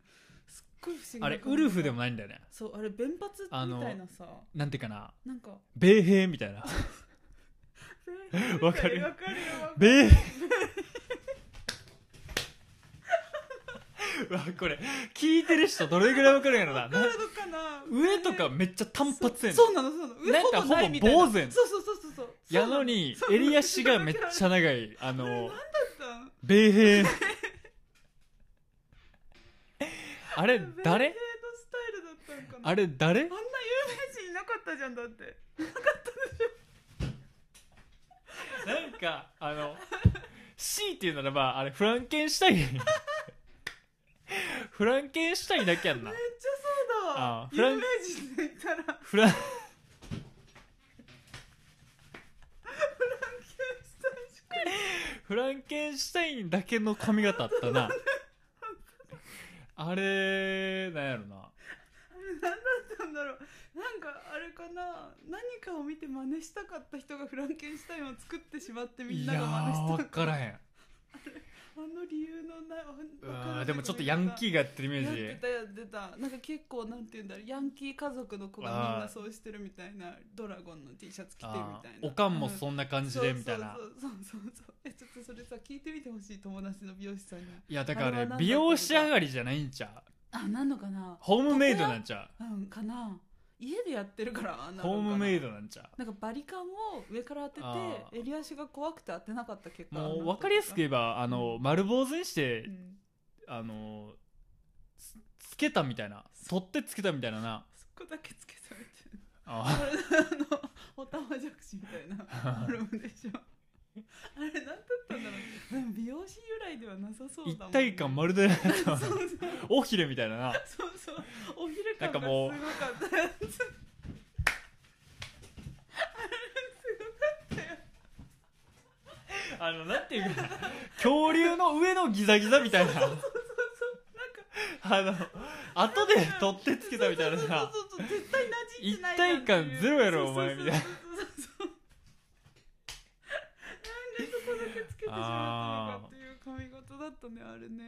すっごい不思議なあれウルフでもないないんだよねそうあれ弁髪みたいなさなんていうかななん か米兵みたいなわかるわかるよわかる米兵 うわこれ聞いてる人どれぐらいわかるんやろなわかなるのかな上とかめっちゃ単発やねんそうなのそうなの上なんかほぼないみたいほなぼ坊主やんそうそうそうそうそうやのに襟足がめっちゃゃ長いあの米兵あれの誰スタイルだったんかなあれ誰あんな有名人いなかったじゃんだってなんかあの C っていうならばあれフランケンシュタイン フランケンシュタインだけやんなめっちゃそうだあわフラン有名人でいたらフランフランケンシュタインだけの髪型あったなあれなんやろな何だったんだろうなんかあれかな何かを見て真似したかった人がフランケンシュタインを作ってしまってみんいなやが真似したー分からんへんあの理由のなわうわからわなーいでもちょっとヤンキーがやってるイメやーってジたやってたなんか結構なんて言うんだろうヤンキー家族の子がみんなそうしてるみたいなドラゴンの T シャツ着てみたいあなーおかんもうそんな感じでみたいなそうそうそうそうそうえちょっとそれさ聞いてみてほしい友達の美容師さんにいやだからああれれは何だったのか美容師上がりじゃないんちゃうあなのかなホームメイドなんちゃうんかな家でやってるからああうなるのホーかなムメイドなんちゃうなんかバリカンを上から当あてて襟足が怖くて当てなかった結果もう分かりやすく言えばあの、丸坊主にして、うんあのつつけたみたいな取ってつけたみたいななそこだけつけされてるああれあのおたまじゃくしみた いなあフォルムでしょあれ何だったんだろうでも美容師由来ではなさそう一だもん、体感まるでない そうそう尾ひれみたいななそうそうお昼感ながんかすごもうかったやつあのなんていうか恐竜の上のギザギザみたいなそうそうなんかあの後で取ってつけたみたいななそうそうそうそう絶対馴染んでない一体感ゼロやろお前みたいなそうそうそうそうなんでそこだけつけてしまったのかっていう髪型だったねあれね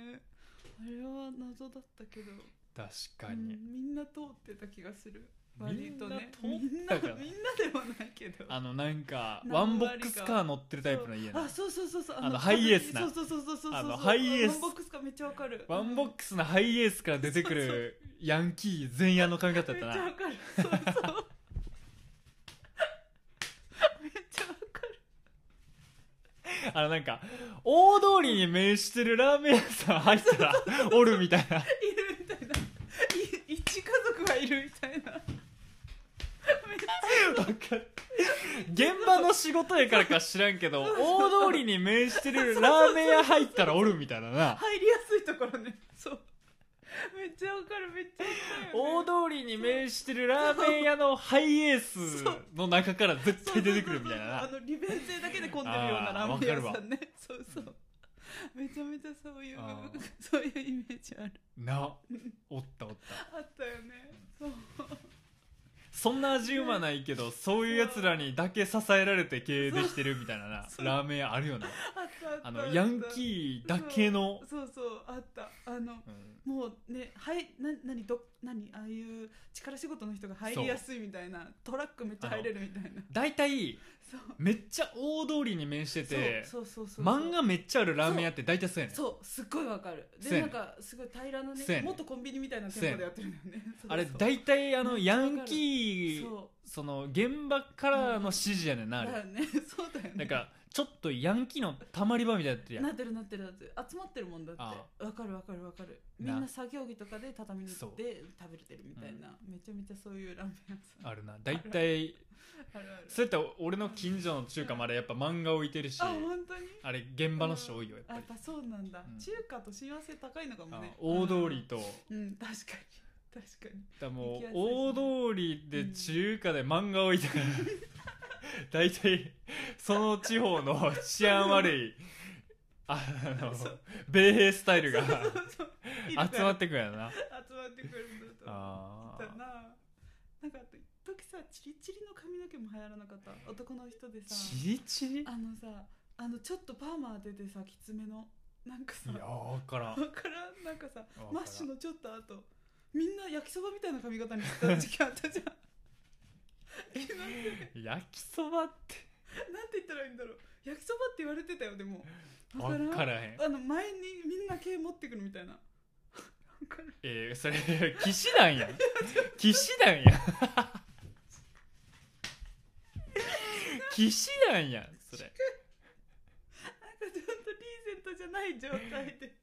あれは謎だったけど、確かうんに、みんな通ってた気がするみ割んとなね通ったからみんなみんなではないけどあのなんか何ワンボッ割かクスカー乗ってるタイプの家なあそうそうそうそうあのハイエースなそうそうそうそうそうそうあのハイエースワンボックスかめっちゃわかるワンボックスのハイエースから出てく るヤンキー前夜の髪型やっためっちゃわなかる そうそうめっちゃわかるあのなんか大通りに面してるラーメン屋さん入ったらおるみたいないるみたいない一家族がいるみたいなめっちわゃかる現場の仕事やからか知らんけど大通りに面してるラーメン屋入ったらおるみたいな な入りやすいところねそうめっちゃわかるめっちゃ大わかる通りに面してるラーメン屋のハイエースの中から絶対出てくるみたいなそうなそうそうあの利便性だけで混んでるようなラーメン屋さんねそうそうめちゃめちゃそういうあーそういうイメージあるなおったおったあったよねそうそんな味うまない けどそういうやつらにだけ支えられて経営できてるみたいなな そうラーメン屋あるよなあったあっあたあのったヤンキーだけのそうそうあったあのうんもうねはいな何ど何ああいう力仕事の人が入りやすいみたいなトラックめっちゃ入れるみたいな大体そうめっちゃ大通りに面しててそうそうそうそう漫画めっちゃあるラーメン屋って大体そうやねんそうすっごいわかるそうでやなねんかすごい平らのそうやねねもっとコンビニみたいな店舗でやってるんだよねそうあれそう大体あのめっちゃヤわかるンキーそその現場からの指示やねんなうあだれよねそうだよねなんかちょっとヤンキーのたまり場みたいになってるやんなってるなってるなってる集まってるもんだってあわかるわかるわかるみなんな作業着とかで畳に行そうって食べれてるみたいな、めちゃめちゃそういうラーメン屋さんあるな大体あるあるそうやって俺の近所の中華までやっぱ漫画置いてるしあ本当にあれ現場の人多いよやっあぱやりっぱそうなんだ、うん中華と幸せ高いのかもねあ大通りとだかうん確かに確からも行きやうすい大通りで中華で漫画置いてる大体その地方の治安悪いあのそう米兵スタイルがにそう集まっててくるやろな集まってくるんだと思あったななんかあと一時さチリチリの髪の毛も流行らなかった男の人でーさチリチリいあのさあのちょっとパーマ当ててさきつめのなんかさやわ分からんからんなんかさからんマッシュのちょっと後みんな焼きそばみたいな髪型にしてた時期あったじゃん 気のせい焼きそばってなんて言ったらいいんだろう焼きそばって言われてたよでもわ分からへんあの前にみんな毛持ってくるみたいなわかるえー、それ騎士団やん騎士団やん騎士団やんそれなんかちょっとリーゼントじゃない状態で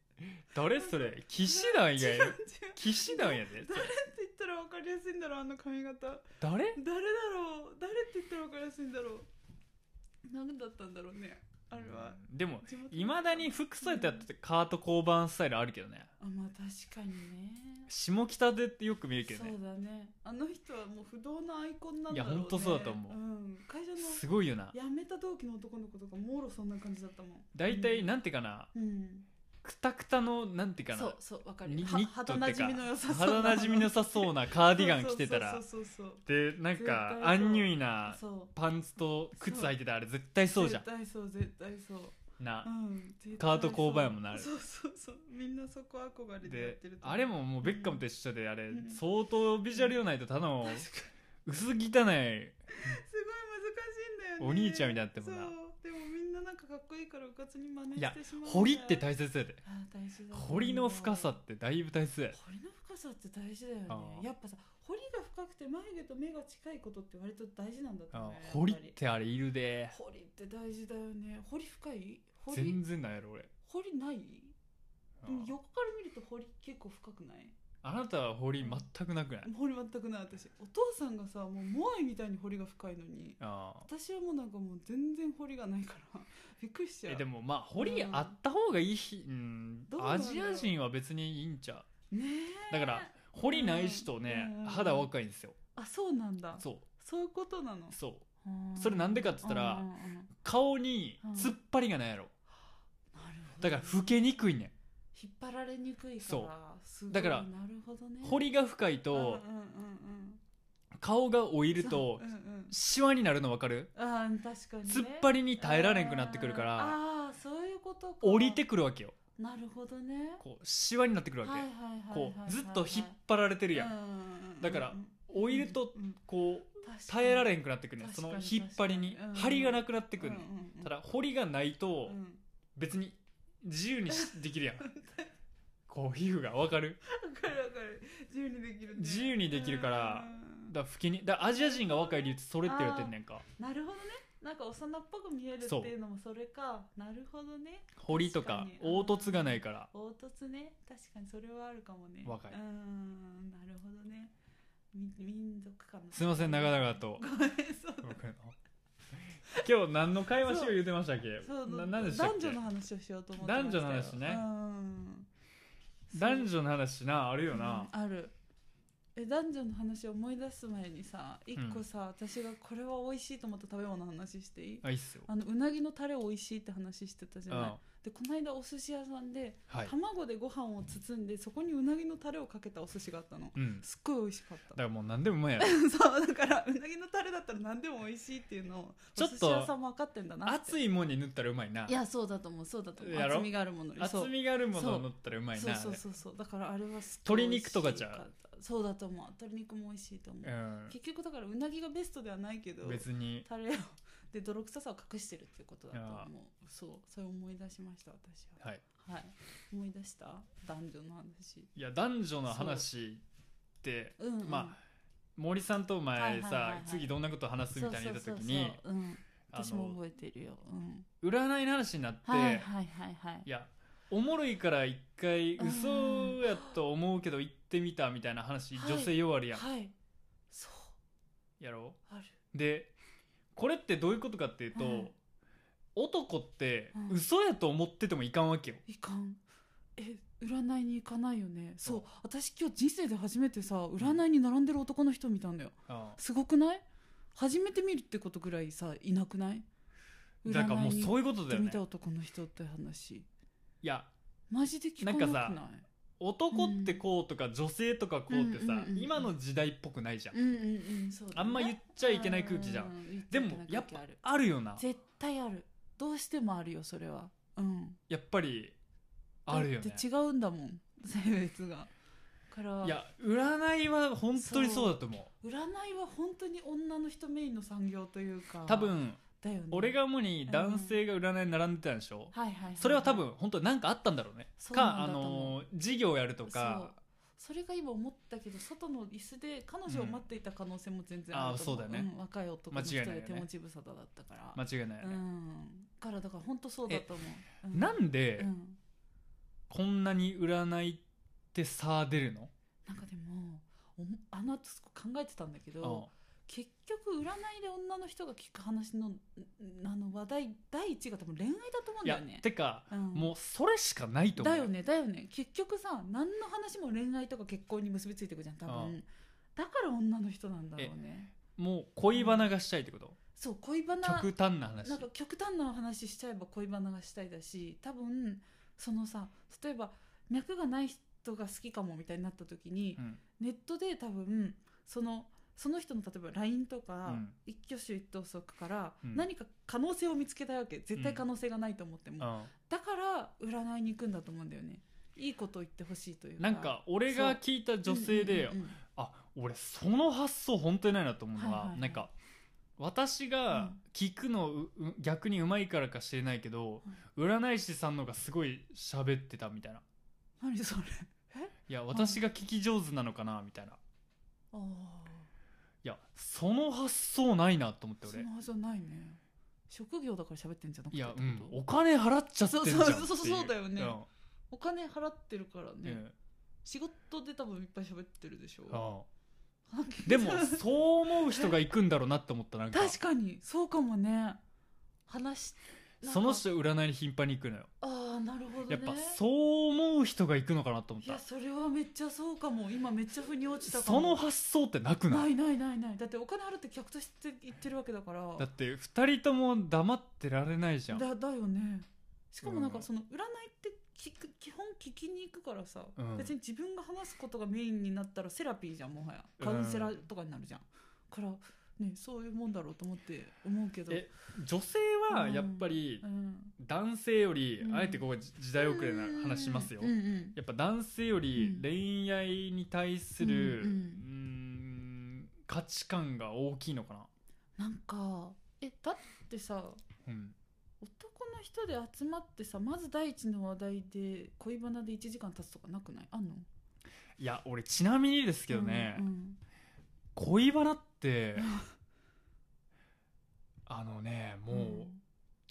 誰それ騎士団以違う違外う騎士団やで誰って言ったらわかりやすいんだろうあの髪型誰誰だろう誰って言ったらわかりやすいんだろう何だったんだろうねあれはでも地元のいまだに服装やってやってカート交番スタイルあるけどねあまあ確かにね下北でよく見るけどそねうだねあの人はもう不動のアイコンなんいだやろうね、ほんとそうだと思うん会社のすごいよな辞めた同期の男の子とかもろそんな感じだったもん大体なんていうかなうんくたくたのなんていうかそなうそうわかるニニはット肌っなてじみの良かさそう肌なじみの良さそうなカーディガン着てたら そうそうそうでなんか絶対そうアンニュイなそうそうパンツと靴履いてたらあれ絶対そうじゃ絶対そう絶対そう、んなうん、絶対そうカート勾配もなるそうそうそうみんなそこ憧れてやっでてると思うあれももうベッカムと一緒であれうん相当ビジュアルよないとただの確かに薄汚いすごい難しいんだよねお兄ちゃんみたいになってもなそうでもみんななんかかっこいいからうかつに真似いやしてしまうんだよ彫りって大切やであー大事だと思う彫りの深さってだいぶ大切や彫りの深さって大事だよねあーやっぱさ彫りが深くて眉毛と目が近いことって割と大事なんだと思うあよやっぱ彫りってあれいるで彫りって大事だよね彫り深い彫り全然ないやろ俺彫りないあでも横から見ると彫り結構深くないあなたは彫り全くなくない掘り全くない私お父さんがさもうモアイみたいに掘りが深いのにああ私はもうなんかもう全然掘りがないから びっくりしちゃえうでもまあ彫りあった方がいいし、うんどうなアんだろうジア人は別にいいんちゃねえうだから彫りない人ね、うんうん肌若いんですよあそうなんだそうそういうことなのそうはあそれなんでかって言ったらうんうんうん顔に突っ張りがないやろなるほだどから老けにくいね引っ張られにくいからそうすごいだからなるほどねん彫りが深いうんうんとうん顔が老いうるんとそううんうんシワになるの分かるあー確かにね突っ張りに耐えられんくなってくるかあらーあーそういうことか降りてくるわけよなるほどねこうシワになってくるわはいけはいはいはいこはういずっと引っ張られてるやうんんうんうんうんだからうん老いるとうんこう確かに耐えられんくなってくるねそ確かにの引っ張りに確かにうん張りがなくなってくるうねんうんうんただ彫りがないとうん別に自由にしで きるやんこう皮膚が分かるわかるわかる自由にできるね自由にできるからうんうんうんだから老けにだからアジア人が若い理由ってそれって言われてんねんかなるほどねなんか大人っぽく見えるってそういうのもそれかなるほどね堀とか確かに凹凸がないから凹凸ね確かにそれはあるかもね若いうーんなるほどねみ民族かなすいません長々とごめん そう僕の今日何の会話しよう言ってましたっけそうな何でしたっ男け女の話をしようと思ってました男女よの話ねうん男女の話なあるよな、うんあるえ男女の話を思い出す前にさ一個さ、私がこれは美味しいと思った食べ物の話していいあいいっすよあのうなぎのタレ美味しいって話してたじうゃんない、はでこの間お寿司屋さんで、い卵でご飯を包んでそこにうなぎのタレをかけたお寿司があったのうんだすっごい美味しかったからもう何でもうまいやろ そうだからうなぎのタレだったら何でも美味しいっていうのをちょっとお寿司屋さんも分かってんだな熱いいもんに塗ったらうまいないやそうだと思うそうだと思うやろ厚みがあるものに厚みがあるものを塗ったらうまいそうなそうそうそうだからあれはすっごい鶏肉とかじゃん美味しかったそうだと思う鶏肉も美味しいと思う、あれうん結局だからうなぎがベストではないけど別にタレを で泥臭さを隠してるっていうことだと思うそうそれを思い出しました私ははいはい思い出した男女の話いや男女の話ってうん、うん、ま森さんと前はいはいはいさはい次どんなこと話すみたいに言った時そうにそうそうそううん、あ私もの覚えてるよ、うん、占いの話になってはいはいはいはいいやおもろいから一回うん嘘やと思うけど行ってみたみたいな話はい女性弱りやんはいそうやろあるでこれってどういうことかっていうと、うん男ってうん嘘やと思っててもいかんわけよ、いかんえ占いに行かないよねそう、私今日人生で初めてさ占いに並んでる男の人見たんだよあすごくない初めて見るってことぐらいさいなくないあだからもうにそ行ういうことっだてよみねた男の人って話いやマジで聞かなくないなんか男ってこうとか女性とかこうってさ、うんうんうんうん今の時代っぽくないじゃん、うんうんうんそうだねあんま言っちゃいけない空気じゃん、う言っちでゃいもけないやっ空気ぱあるあるよな絶対あるどうしてもあるよそれはうんやっぱりあるよだねって違うんだもん性別がからいや占いは本当にそうだと思う占いは本当に女の人メインの産業というか多分だよね俺が主に男性が占いに並んでたんでしょ、はいはいはい、それは多分本当に何かあったんだろうねそうかなあんだと思うのー事業やるとそうかそれが今思ったけど外の椅子で彼女を待っていた可能性も全然うんああーると思う、そうだよねん若い男の人間違いないでよね手持ち無沙汰だったから、間違いないようね、んからだから本当そうだと思う、うなんうでんこんなに占いって差出るの、なんかでもおもあの後すごい考えてたんだけど、うん結局占いで女の人が聞く話のんあの話題第一が多分恋愛だと思うんいだやよね。てか、うんもうそれしかないと思うだよねだよね結局さ何の話も恋愛とか結婚に結びついてくじゃん多ああ分だから女の人なんだろうねもう恋バナがしたいってこと、そう恋バナ極端な話なんか極端な話しちゃえば恋バナがしたいだし多分そのさ例えば脈がない人が好きかもみたいになった時にう、んネットで多分そのその人の例えば LINE とか、うん一挙手一投足からうん何か可能性を見つけたいわけ絶対可能性がないと思っても、うんだから占いに行くんだと思うんだよねいいことを言ってほしいというかなんか俺が聞いた女性で、うんうんうんあ俺その発想本当にないなと思うのは,、はいはいはいなんか私が聞くのう、う逆にうまいからか知れないけど、占い師さんの方がすごい喋ってたみたいな何それいや私が聞き上手なのかなみたいな、いああやその発想ないなと思ってそ俺のはずはないね職業だから喋ってんじゃなくていや、うんって、ことお金払っちゃってんじゃんっていそうそうそうそうそうだよねうんお金払ってるからうねん仕事で多分いっぱい喋ってるでしょああ関係で もないそう思う人が行くんだろうなって思ったなんか確かにそうかもね話しなんかその人占いに頻繁に行くのよああなるほどねやっぱそう思う人が行くのかなと思っいやたそれはめっちゃそうかも今めっちゃ腑に落ちたかそのも発想ってなくないないないないないだってお金払って客として言ってるわけだからだって2人とも黙ってられないじゃんだだよねしかもなんうかんその占いって聞く基本聞きに行くからさ、うん別に自分が話すことがメインになったらセラピーじゃんもはやカウンセラーとかになるじゃん、からねそういうもんだろうと思って思うけどえ女性はやっぱりうん男性より、うんあえてここ時代遅れな話しますよ、うんうんやっぱ男性より恋愛に対する、ううんんん価値観が大きいのかな、なんかえだってさうん、男の人で集まってさまず第一の話題で恋バナで1時間経つとかなくないあんのいや俺ちなみにですけどね、うんうん恋バナ ってあのねもううん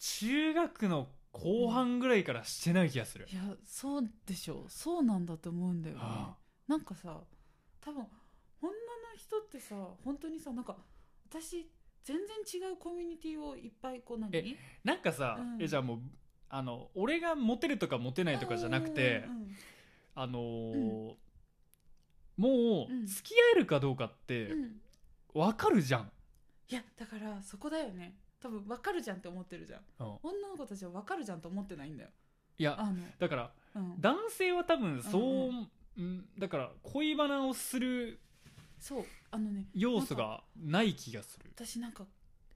中学の後半ぐらいからしてない気がする、いやそうでしょそうなんだと思うんだよね、ああなんかさ多分女の人ってさ本当にさなんか私全然違うコミュニティをいっぱいこう何えなんかさ、うんえじゃあもうあの俺がモテるとかモテないとかじゃなくて、うんうんうんあのーもうんう付き合えるかどうかってうんうん分かるじゃん、いやだからそこだよね多分分かるじゃんって思ってるじゃんうん女の子たちは分かるじゃんと思ってないんだよいやあのだからうん男性は多分そう、ううんだから恋バナをするそうあのね要素がない気がする私なんか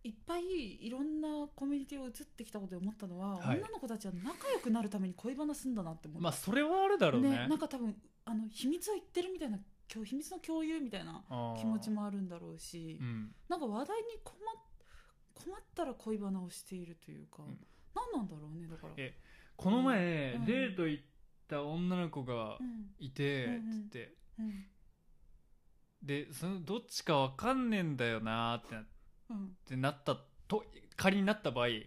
いっぱいいろんなコミュニティを移ってきたことで思ったのは、はい女の子たちは仲良くなるために恋バナすんだなって思ったまあそれはあるだろうねなんか多分あの秘密を言ってるみたいな今日秘密の共有みたいなあー気持ちもあるんだろうし、うんなんか話題に困っ困ったら恋バナをしているというか、うん何なんだろうねだから、えこの前、うんデート行った女の子がうんいて、うんうんつってうんでそのどっちかわかんねえんだよなーってなっうんてなったと仮になった場合うん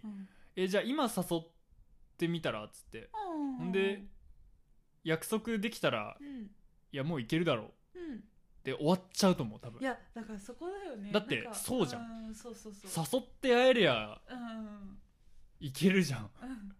えじゃあ今誘ってみたらっつってうんんで約束できたらうんいやもういけるだろううんで終わっちゃうと思う多分いやだからそこだよねだってなんかそうじゃんうそうそうそう誘って会えりゃうんうんいけるじゃんうん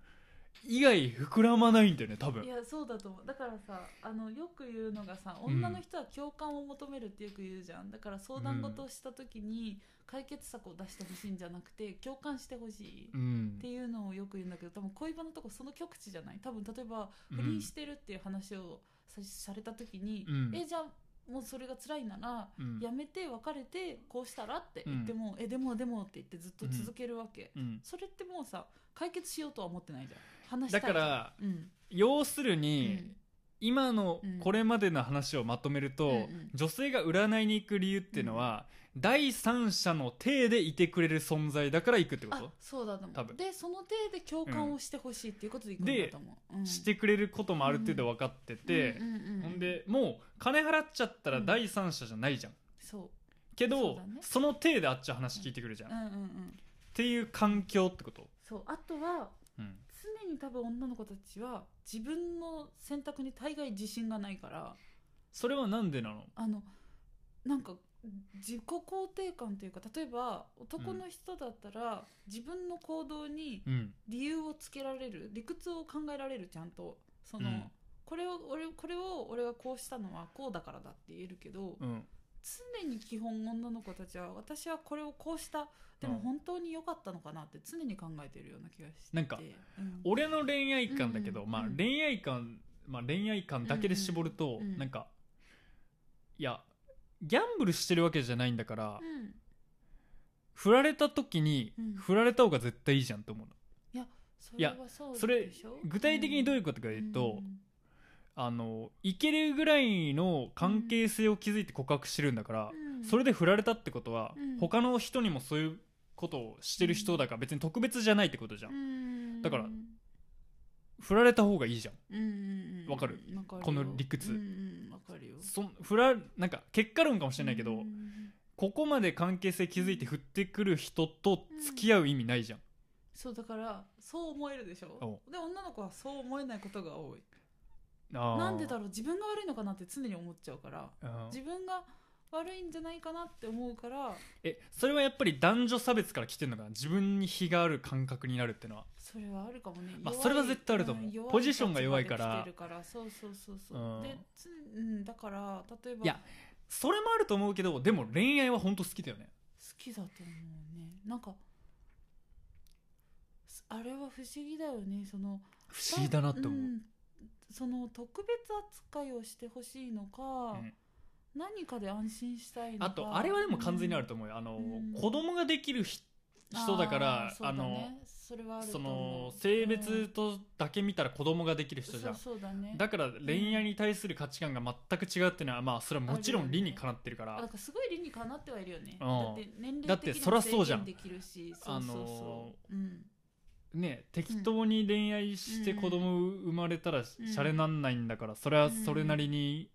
以外膨らまないんだよね多い分やそうだと思うだからさあのよく言うのがさうん女の人は共感を求めるってよく言うじゃん、だから相談事をした時に解決策を出してほしいんじゃなくて共感してほしいっうんていうのをよく言うんだけど多分恋バナとかその極致じゃない多分例えばうん不倫してるっていう話をさされた時に、うんえじゃあもうそれが辛いならうんやめて別れてこうしたらって言っても、えでもでもって言ってずっと続けるわけ、うんそれってもうさ解決しようとは思ってないじゃん話しただいじゃかんらうん要するうに、ん今のうんこれまでの話をまとめると、うんうん女性が占いに行く理由っていうのは、第三者の体でいてくれる存在だから行くってこあと、そうだと多思分うでその手で共感をしてほしいっていうことでいくんだでと思う、うん、してくれることもある程度分かってて、うんうんうんほんでもう金払っちゃったらうん第三者じゃないじゃん、そうけそどうそ,、だねの体であっちは話聞いてくるじゃん、うっんうんうんていう環境ってこと、そうあとはうん常に多分女の子たちは自分の選択に大概自信がないからそれはなんでなのあのなんか自己肯定感というか例えば男の人だったら、自分の行動にうん理由をつけられる理屈を考えられるちゃんとその、うんこれを俺これを俺がこうしたのはこうだからだって言えるけど、うん常に基本女の子たちは私はこれをこうしたでうもん本当に良かったのかなって常に考えてるような気がしてなんかうん俺の恋愛観だけど、うんうんまあうん恋愛観、まあ、恋愛観だけで絞ると、うんうんなんかいやギャンブルしてるわけじゃないんだから、うん振られた時に、うん振られた方が絶対いいじゃんと思うのそれはそうそれでしょ具体的にどういううことかというと、んあのいけるぐらいの関係性を築いて告白してるんだから、うんそれで振られたってことは、うん他の人にもそういうことをしてる人だから別に特別じゃないってことじゃん、うんだからうん振られた方がいいじゃんうんうんわかるわかるよこの理屈うんうんわかるよそん振らなんか結果論かもしれないけど、うんここまで関係性築いて振ってくる人と付き合う意味ないじゃん、そうだからそう思えるでしょおで女の子はそう思えないことが多いなんでだろろう自分が悪いのかなって常に思っちゃうからう、うん自分が悪いんじゃないかなって思うからえそれはやっぱり男女差別から来てるのかな自分に非がある感覚になるってのはそれはあるかもね、まあ弱いそれは絶対あると思うん弱いポジションが弱いから立場で来てるからそうそうそうそう、うんでつ、うん、だから例えばいやそれもあると思うけどでも恋愛は本当好きだよね好きだと思うねなんかすあれは不思議だよねその不思議だなって思う、んその特別扱いをしてほしいのか、うん何かで安心したいのかあとあれはでも完全にあると思うよあの、うん子供ができるひうん人だからああーそうだのね、それはあるとそ思のう性う別んとだけ見たら子供ができる人じゃん、そうそうだねだから恋愛に対する価値観が全く違うっていうのはまあそれはもちろん理にかなってるからあなんかすごい理にかなってはいるよね。うんだっだって年齢的てにそらそうじゃん制限できるし、そあうそうのーそう。うん。ね適当に恋愛して子供生まれたらシうんャレなんないんだからそれはそれなりに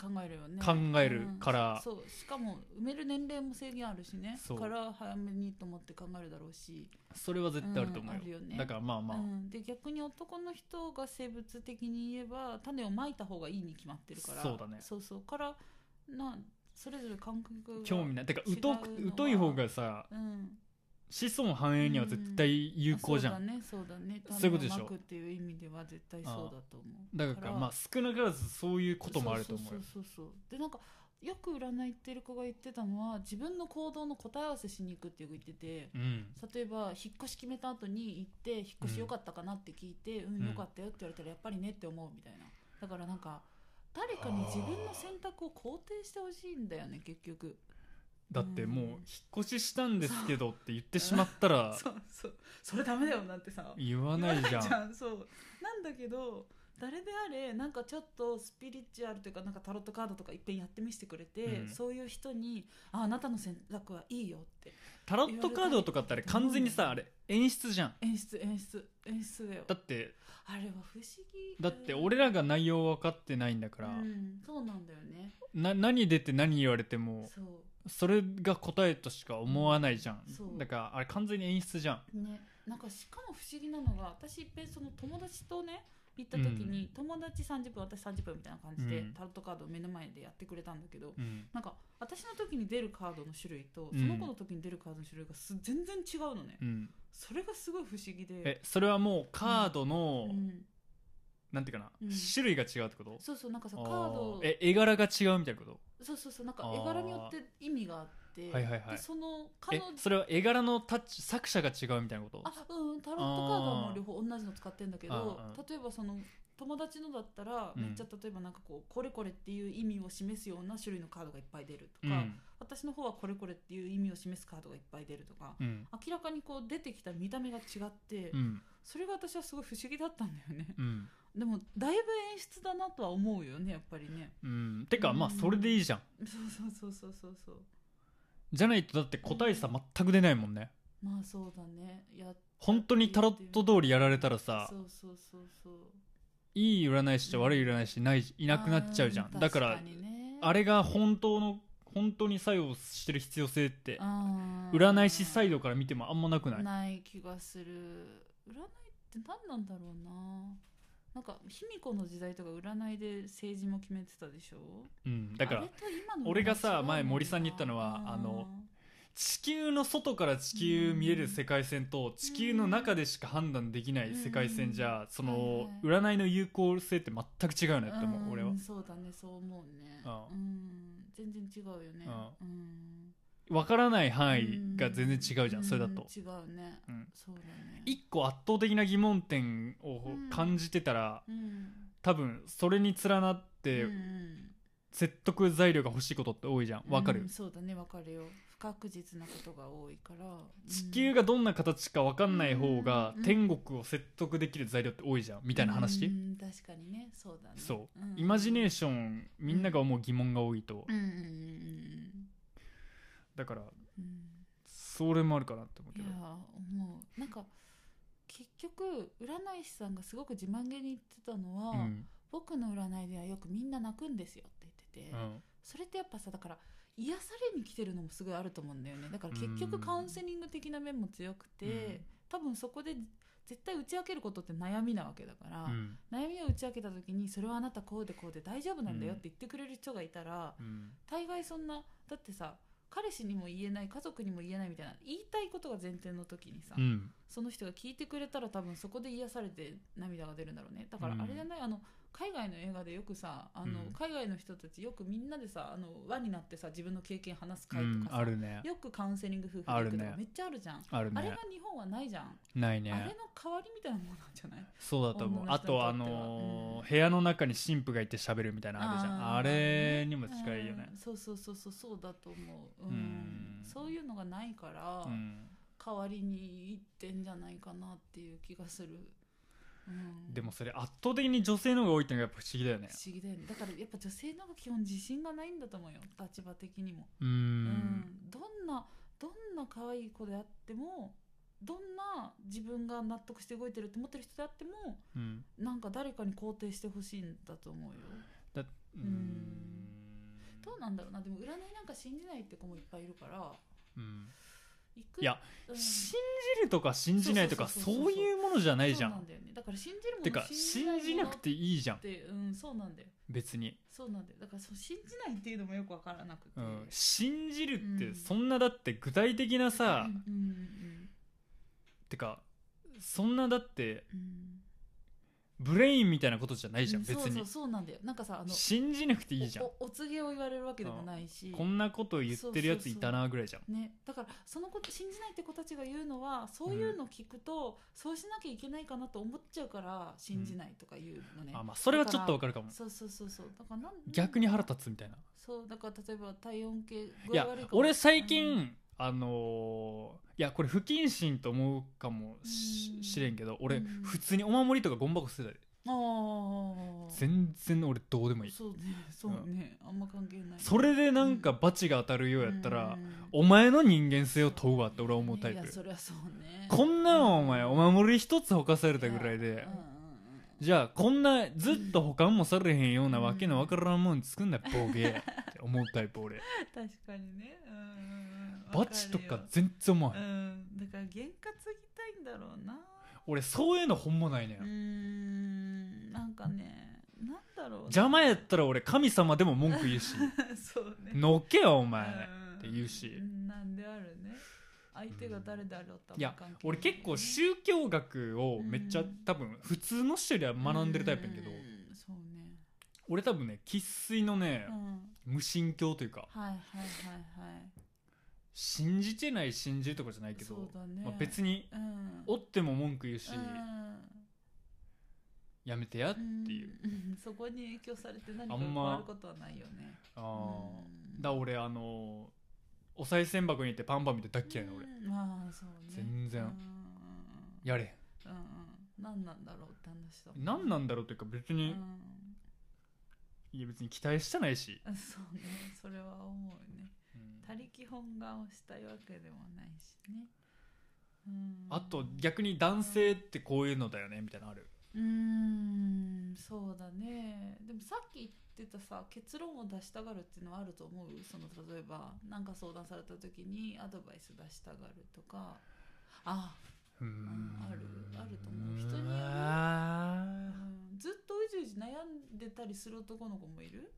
考えるよね。考えるからうんそう。しかも埋める年齢も制限あるしね。そうから早めにと思って考えるだろうし。それは絶対あると思うよ,、うんあるよねだからまあまあ、うん。で逆に男の人が生物的に言えば種をまいた方がいいに決まってるから。そうだねそうそうからなそれぞれ感覚が興味ないてか疎違うのくは疎い方がさうん。子孫繁栄には絶対有効じゃん、あそうだね。そうだね。そういうことでしょ種をまくっていう意味では絶対そうだと思う。だからまあ少なからずそういうこともあると思うそようそうそうそうでなんかよく占い行ってる子が言ってたのは自分の行動の答え合わせしに行くってよく言っててうん例えば引っ越し決めた後に行って引っ越し良かったかなって聞いて、うんうん良かったよって言われたらやっぱりねって思うみたいなだからなんか誰かに自分の選択を肯定してほしいんだよね結局だってもううん引っ越ししたんですけどって言ってしまったら そうそうそれダメだよなんてさ言わないじゃん言わないそうなんだけど誰であれなんかちょっとスピリチュアルというかなんかタロットカードとかいっぺんやってみせてくれて、うんそういう人にああなたの選択はいいよってタロットカードとかってあれ完全にさあれ演出じゃん演出演出演出だよだってあれは不思議だって俺らが内容分かってないんだから、うん、そうなんだよねな何出て何言われてもそうそれが答えとしか思わないじゃんそうだからあれ完全に演出じゃんねなんかしかも不思議なのが私いっぺんその友達とね行った時に、友達30分私30分みたいな感じで、うんタロットカードを目の前でやってくれたんだけど、うんなんか私の時に出るカードの種類とうそんの子の時に出るカードの種類がす全然違うのね、うんそれがすごい不思議でえそれはもうカードの、うん、なんていうかな、うん種類が違うってことそうそうなんかさあカードえ絵柄が違うみたいなことそうそうそうなんかあー絵柄によって意味があってはいはいはいでその彼え女それは絵柄のタッチ作者が違うみたいなことあうんタロットカードはもう両方同じの使ってんだけどあー例えばその友達のだったらうんめっちゃ例えばなんかこうこれこれっていう意味を示すような種類のカードがいっぱい出るうとか、ん私の方はこれこれっていう意味を示すカードがいっぱい出るとかうん明らかにこう出てきた見た目が違って、うんそれが私はすごい不思議だったんだよね うんでもだいぶ演出だなとは思うよねやっぱりねうんてかまあうんそれでいいじゃんそうそうそうそうそうそうじゃないとだって答えさ全く出ないもんねまあそうだねや本当にタロット通りやられたらさそうそうそうそういい占い師と悪い占い師ないいいなくなっちゃうじゃんだからあれれが本当の本当に作用してる必要性って占占い師サイドから見てもあんまなくないない気がする占いって何なんだろうななんか卑弥呼の時代とか占いで政治も決めてたでしょうんだかあれらと今の俺がさ違うもんな前森さんに言ったのはうんあの地球の外から地球見える世界線と地球の中でしか判断できない世界線じゃその占いの有効性って全く違うよねって思う俺はんそうだねそう思うねううん全然違うよねううん分からない範囲が全然違うじゃんそれだうと違うねうんそうだね一個圧倒的な疑問点をうん感じてたらうん多分それに連なっうてん説得材料が欲しいことって多いじゃんうんわかるうんそうだねわかるよ不確実なことが多いから地球がどんな形か分かんない方がうん天国を説得できる材料って多いじゃんみみたいな話確かにねそうだねそううんイマジネーションみんなが思う疑問が多いとうんうんうんだからうんうんそれもあるかなって思ういけやどもうなんか結局占い師さんがすごく自慢げに言ってたのは、うん僕の占いではよくみんな泣くんですよって言ってうて、んそれってやっぱさだから癒されに来てるのもすごいあると思うんだよねだから結う局んカウンセリング的な面も強くて、うん多分そこで絶対打ち明けることって悩みなわけだから、うん悩みを打ち明けた時にそれはあなたこうでこうで大丈夫なんだよって言ってくれる人がいたら、うん大概そんなだってさ彼氏にも言えない家族にも言えないみたいな言いたいことが前提の時にさ、うんその人が聞いてくれたら多分そこで癒されて涙が出るんだろうねだからうんあれじゃない、あの海外の映画でよくさあの、うん海外の人たちよくみんなでさあの輪になってさ自分の経験話すう会とんかさ、あるねよくカウンセリング夫婦であ行るくねとかめっちゃあるじゃん、あるあれがね日本はないじゃん、ないあれのね代わりみたいなものなんじゃないそうだと思う女のあ人にとってとはあのうー部屋の中に神父がいて喋るみたいなのあるじゃんーあれにも近いよねうんそうそうそうそうそうだと思う、うんうんそういうのがないから、うん代わりに行ってんじゃないかなっていう気がする、うん、でもそれ圧倒的に女性の方が多いってのがやっぱ不思議だよね不思議だよねだからやっぱ女性の方が基本自信がないんだと思うよ立場的にも、うーうんどんなどんな可愛い子であってもどんな自分が納得して動いてるって思ってる人であってもうんなんか誰かに肯定してほしいんだと思うよだうーんどうなんだろうなでも占いなんか信じないって子もいっぱいいるからうん行くいや、うん信じるとか信じないとかそうそうそうそうそういうものじゃないじゃそうなんんだよねだから信じるものてか信じなくていいいいじゃんってうんそうなんだよ別にそうなんだよだからそう信じないっていうのもよくわからなくて、うん、信じるっうてんそんなだって具体的なさ、うんうんうんてかそんなだってうんブレインみたいなことじゃないじゃん、うん別にそうそうそうなんだよなんかさあの信じなくていいじゃんおおお告げを言われるわけでもないし、こんなこと言ってるやついたなぐらいじゃんね、だからそのこと信じないって子たちが言うのはそういうの聞くと、そうしなきゃいけないかなと思っちゃうから信じないとか言うのね、あまあそれはちょっとわかるかもそうそうそうそうだからなん逆に腹立つみたいなそうだから例えば体温計いや悪いかも俺最近、うんあのーいやこれ不謹慎と思うかもし,、うんれんけど俺、うん普通にお守りとかゴミ箱捨てたでああ全然俺どうでもいいそうねそうね、あんま関係ないそれでなんか罰が当たるようやったら、うんお前の人間性を問うわって俺は思うタイいプやそりゃそうねこんなんお前お守り一つほかされたぐらいうんうでんうんじゃあこんなずっと保管もされへんようなわけのわからんもん作んなボケって思うタイプ俺確かにねうんうんうんバチとわかるよ全然思わうへんんだから験担ぎたいんだろうな俺そういうのほんまないねうーんんなんかねなんだろうな邪魔やったら俺神様でも文句言うし そうねのけよおお前って言うしなんであるね相手が誰であろうといや俺結構宗教学をめっちゃうん多分普通の人よりは学んでるタイプやけどうんそうね俺多分ね生粋のねうん無神教というかはいはいはいはい信じてない信じるとかじゃないけどそうだね、まあ、別にうんおっても文句言うし、うんやめてやっていう、うん そこに影響されて何かあん変まわることはないよねあああだから俺あのお賽銭箱に行ってパンパン見て大っ嫌いな俺、まあそうね全然うんやれうんうんうん何なんだろうって話だもん何なんだろうというか別うに、んいや別に期待してないし、あそうねそれは思うねうん他力本願をしたいわけでもないしねうんあと逆に男性ってこういうのだよねみたいなのあるうーんそうだねでもさっき言ってたさ結論を出したがるっていうのはあると思うその例えば何か相談された時にアドバイス出したがるとかあ、うーうんんあるあると思う人によるあうーんずっとうじうじ悩んでたりする男の子もいる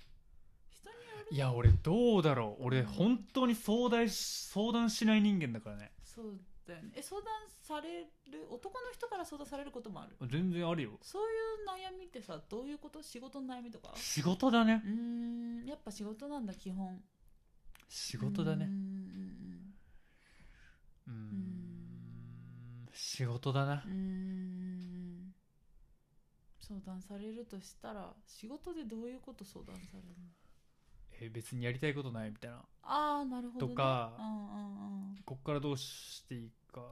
人によるいや俺どうだろう俺本当に相談し相談しない人間だからねそうだよねえ相談される男の人から相談されることもある全然あるよそういう悩みってさどういうこと仕事の悩みとか仕事だねうーんやっぱ仕事なんだ基本仕事だねうんうんうーうんん仕事だなうんうんうーん相談されるとしたら仕事でどういうこと相談されるのえ別にやりたいことないみたいなああなるほど、ね、とかうんうんうんこっからどうしていいかは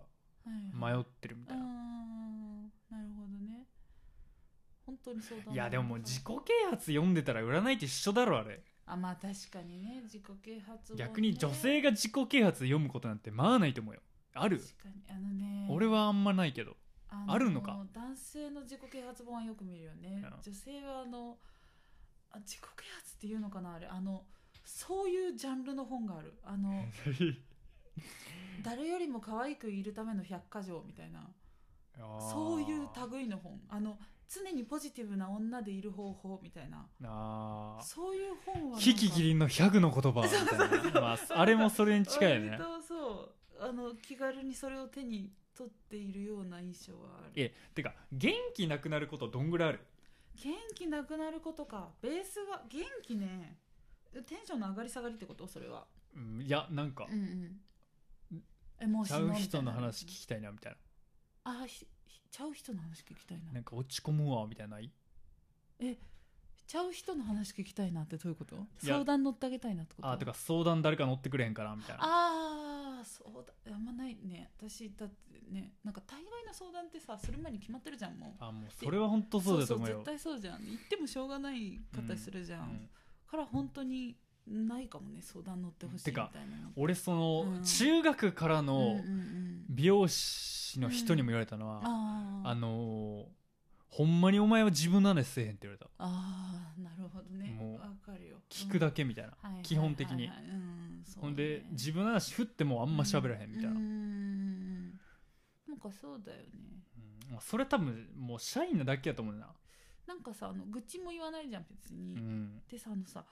い迷はいってるみたいうんうな、んうんなるほどね本当に相談いやでももうなんだ自己啓発読んでたら占いって一緒だろあれあまあ確かにね自己啓発本ね逆に女性が自己啓発読むことなんてまあないと思うよある確かにあのね俺はあんまないけ どあーあるのか男性の自己啓発本はよく見るよね、うん女性はあのあ自己啓発っていうのかなあれあのそういうジャンルの本があるあの誰よりも可愛くいるための百科条みたいなそういう類の本あの常にポジティブな女でいる方法みたいなあーそういう本はキキギリリンの100の言葉みたいなまあ、あれもそれに近いよね割とそうあの気軽にそれを手に取っているような印象はあるえてか元気なくなることどんぐらいある元気なくなることかベースが元気ねテンションの上がり下がりってことそれはうんいやなんかうんうんえもうち死ゃのううみた人いのな話聞きたいなみたいあひひちゃう人の話聞きたいなななんか落ち込むわみたいなのないちゃう人の話聞きたいなってどういうことや相談乗ってあげたいなってことあーてか相談誰か乗ってくれへんかなみたいなあーそうだあんまないね私だってねなんか大概の相談ってさする前に決まってるじゃんもうあもうそれは本当そうだと思うそよ絶対そうじゃん行ってもしょうがない方するじゃん、うんから本当にないかもね相談乗ってほしいてみたいかなの俺その、うん中学からうんのうんうん美容師の人にも言われたのは、あーあのーほんまにお前は自分なんでせえへんって言われたあーなるほどねもうわかるよ聞くだけみたいな、うんはいはいはいはい基本的に、うんそうほんでね自分の話振ってもあんま喋らへんみたいな、ううんうんんなんかそうだよねまあそれ多分もう社員なだけやと思うな、なんかさあの愚痴も言わないじゃん別に、うん、でさあのさ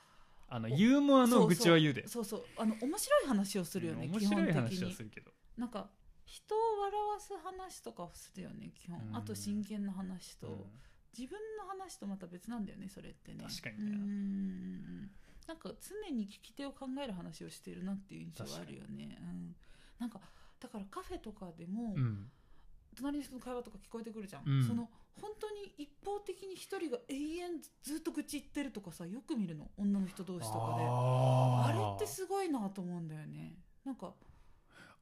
あのおユーモアの愚痴は言うでそうそうあの面白い話をするよね、うん面基本白い的話はにするけどなんか人を笑わす話とかをするよね基本、うんあと真剣な話と、うん自分の話とまた別なんだよねそれってね確かにねねなんか常に聞き手を考える話をしてるなっていう印象はあるよね、うん、なんかだからカフェとかでも、うん隣の人の会話とか聞こえてくるじゃん、うんその本当に一方的に一人が永遠ずっと愚痴言ってるとかさよく見るの女の人同士とかでああれーってすごいなと思うんだよねなんか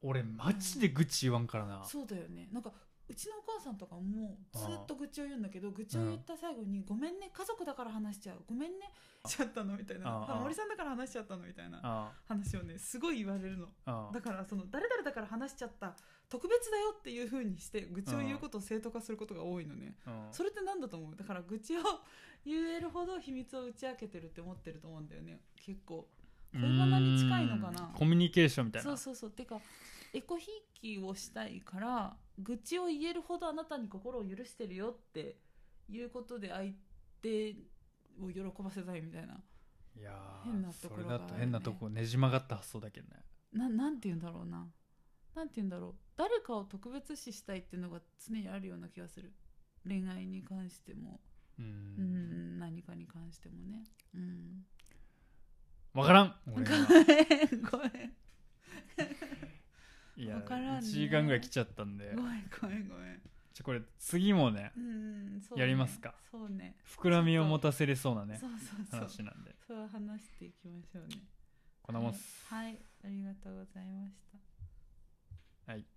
俺マジで愚痴言わんからな、そうだよねなんかうちのお母さんとかもずっと愚痴を言うんだけど愚痴を言った最後に「ごめんね家族だから話しちゃうごめんねしちゃったの」みたいなあああ「森さんだから話しちゃったの」みたいなあ話をねすごい言われるのあああだからその誰々だから話しちゃった特別だよっていう風にして愚痴を言うことを正当化することが多いのねうんそれって何だと思うだから愚痴を言えるほど秘密を打ち明けてるって思ってると思うんだよね結構恋バナに近いのかなうんコミュニケーションみたいなそうそうそうてかエコひいきをしたいから愚痴を言えるほどあなたに心を許してるよっていうことで相手を喜ばせたいみたいないやー変なところそれがあだるねと変なとこねじ曲がった発想だけどねななんて言うんだろうななんて言うんだろう誰かを特別視したいっていうのが常にあるような気がする恋愛に関してもううんん何かに関してもねうん分からんごめ俺んはごめんいやわからんね1時間ぐらい来ちゃったんでごめんごめんごめんじゃあこれ次もねうんそうねやりますかそうね膨らみを持たせれそうなねそうそうそう話なんでそれは話していきましょうね。こんなもんっすはい、はいありがとうございました。はい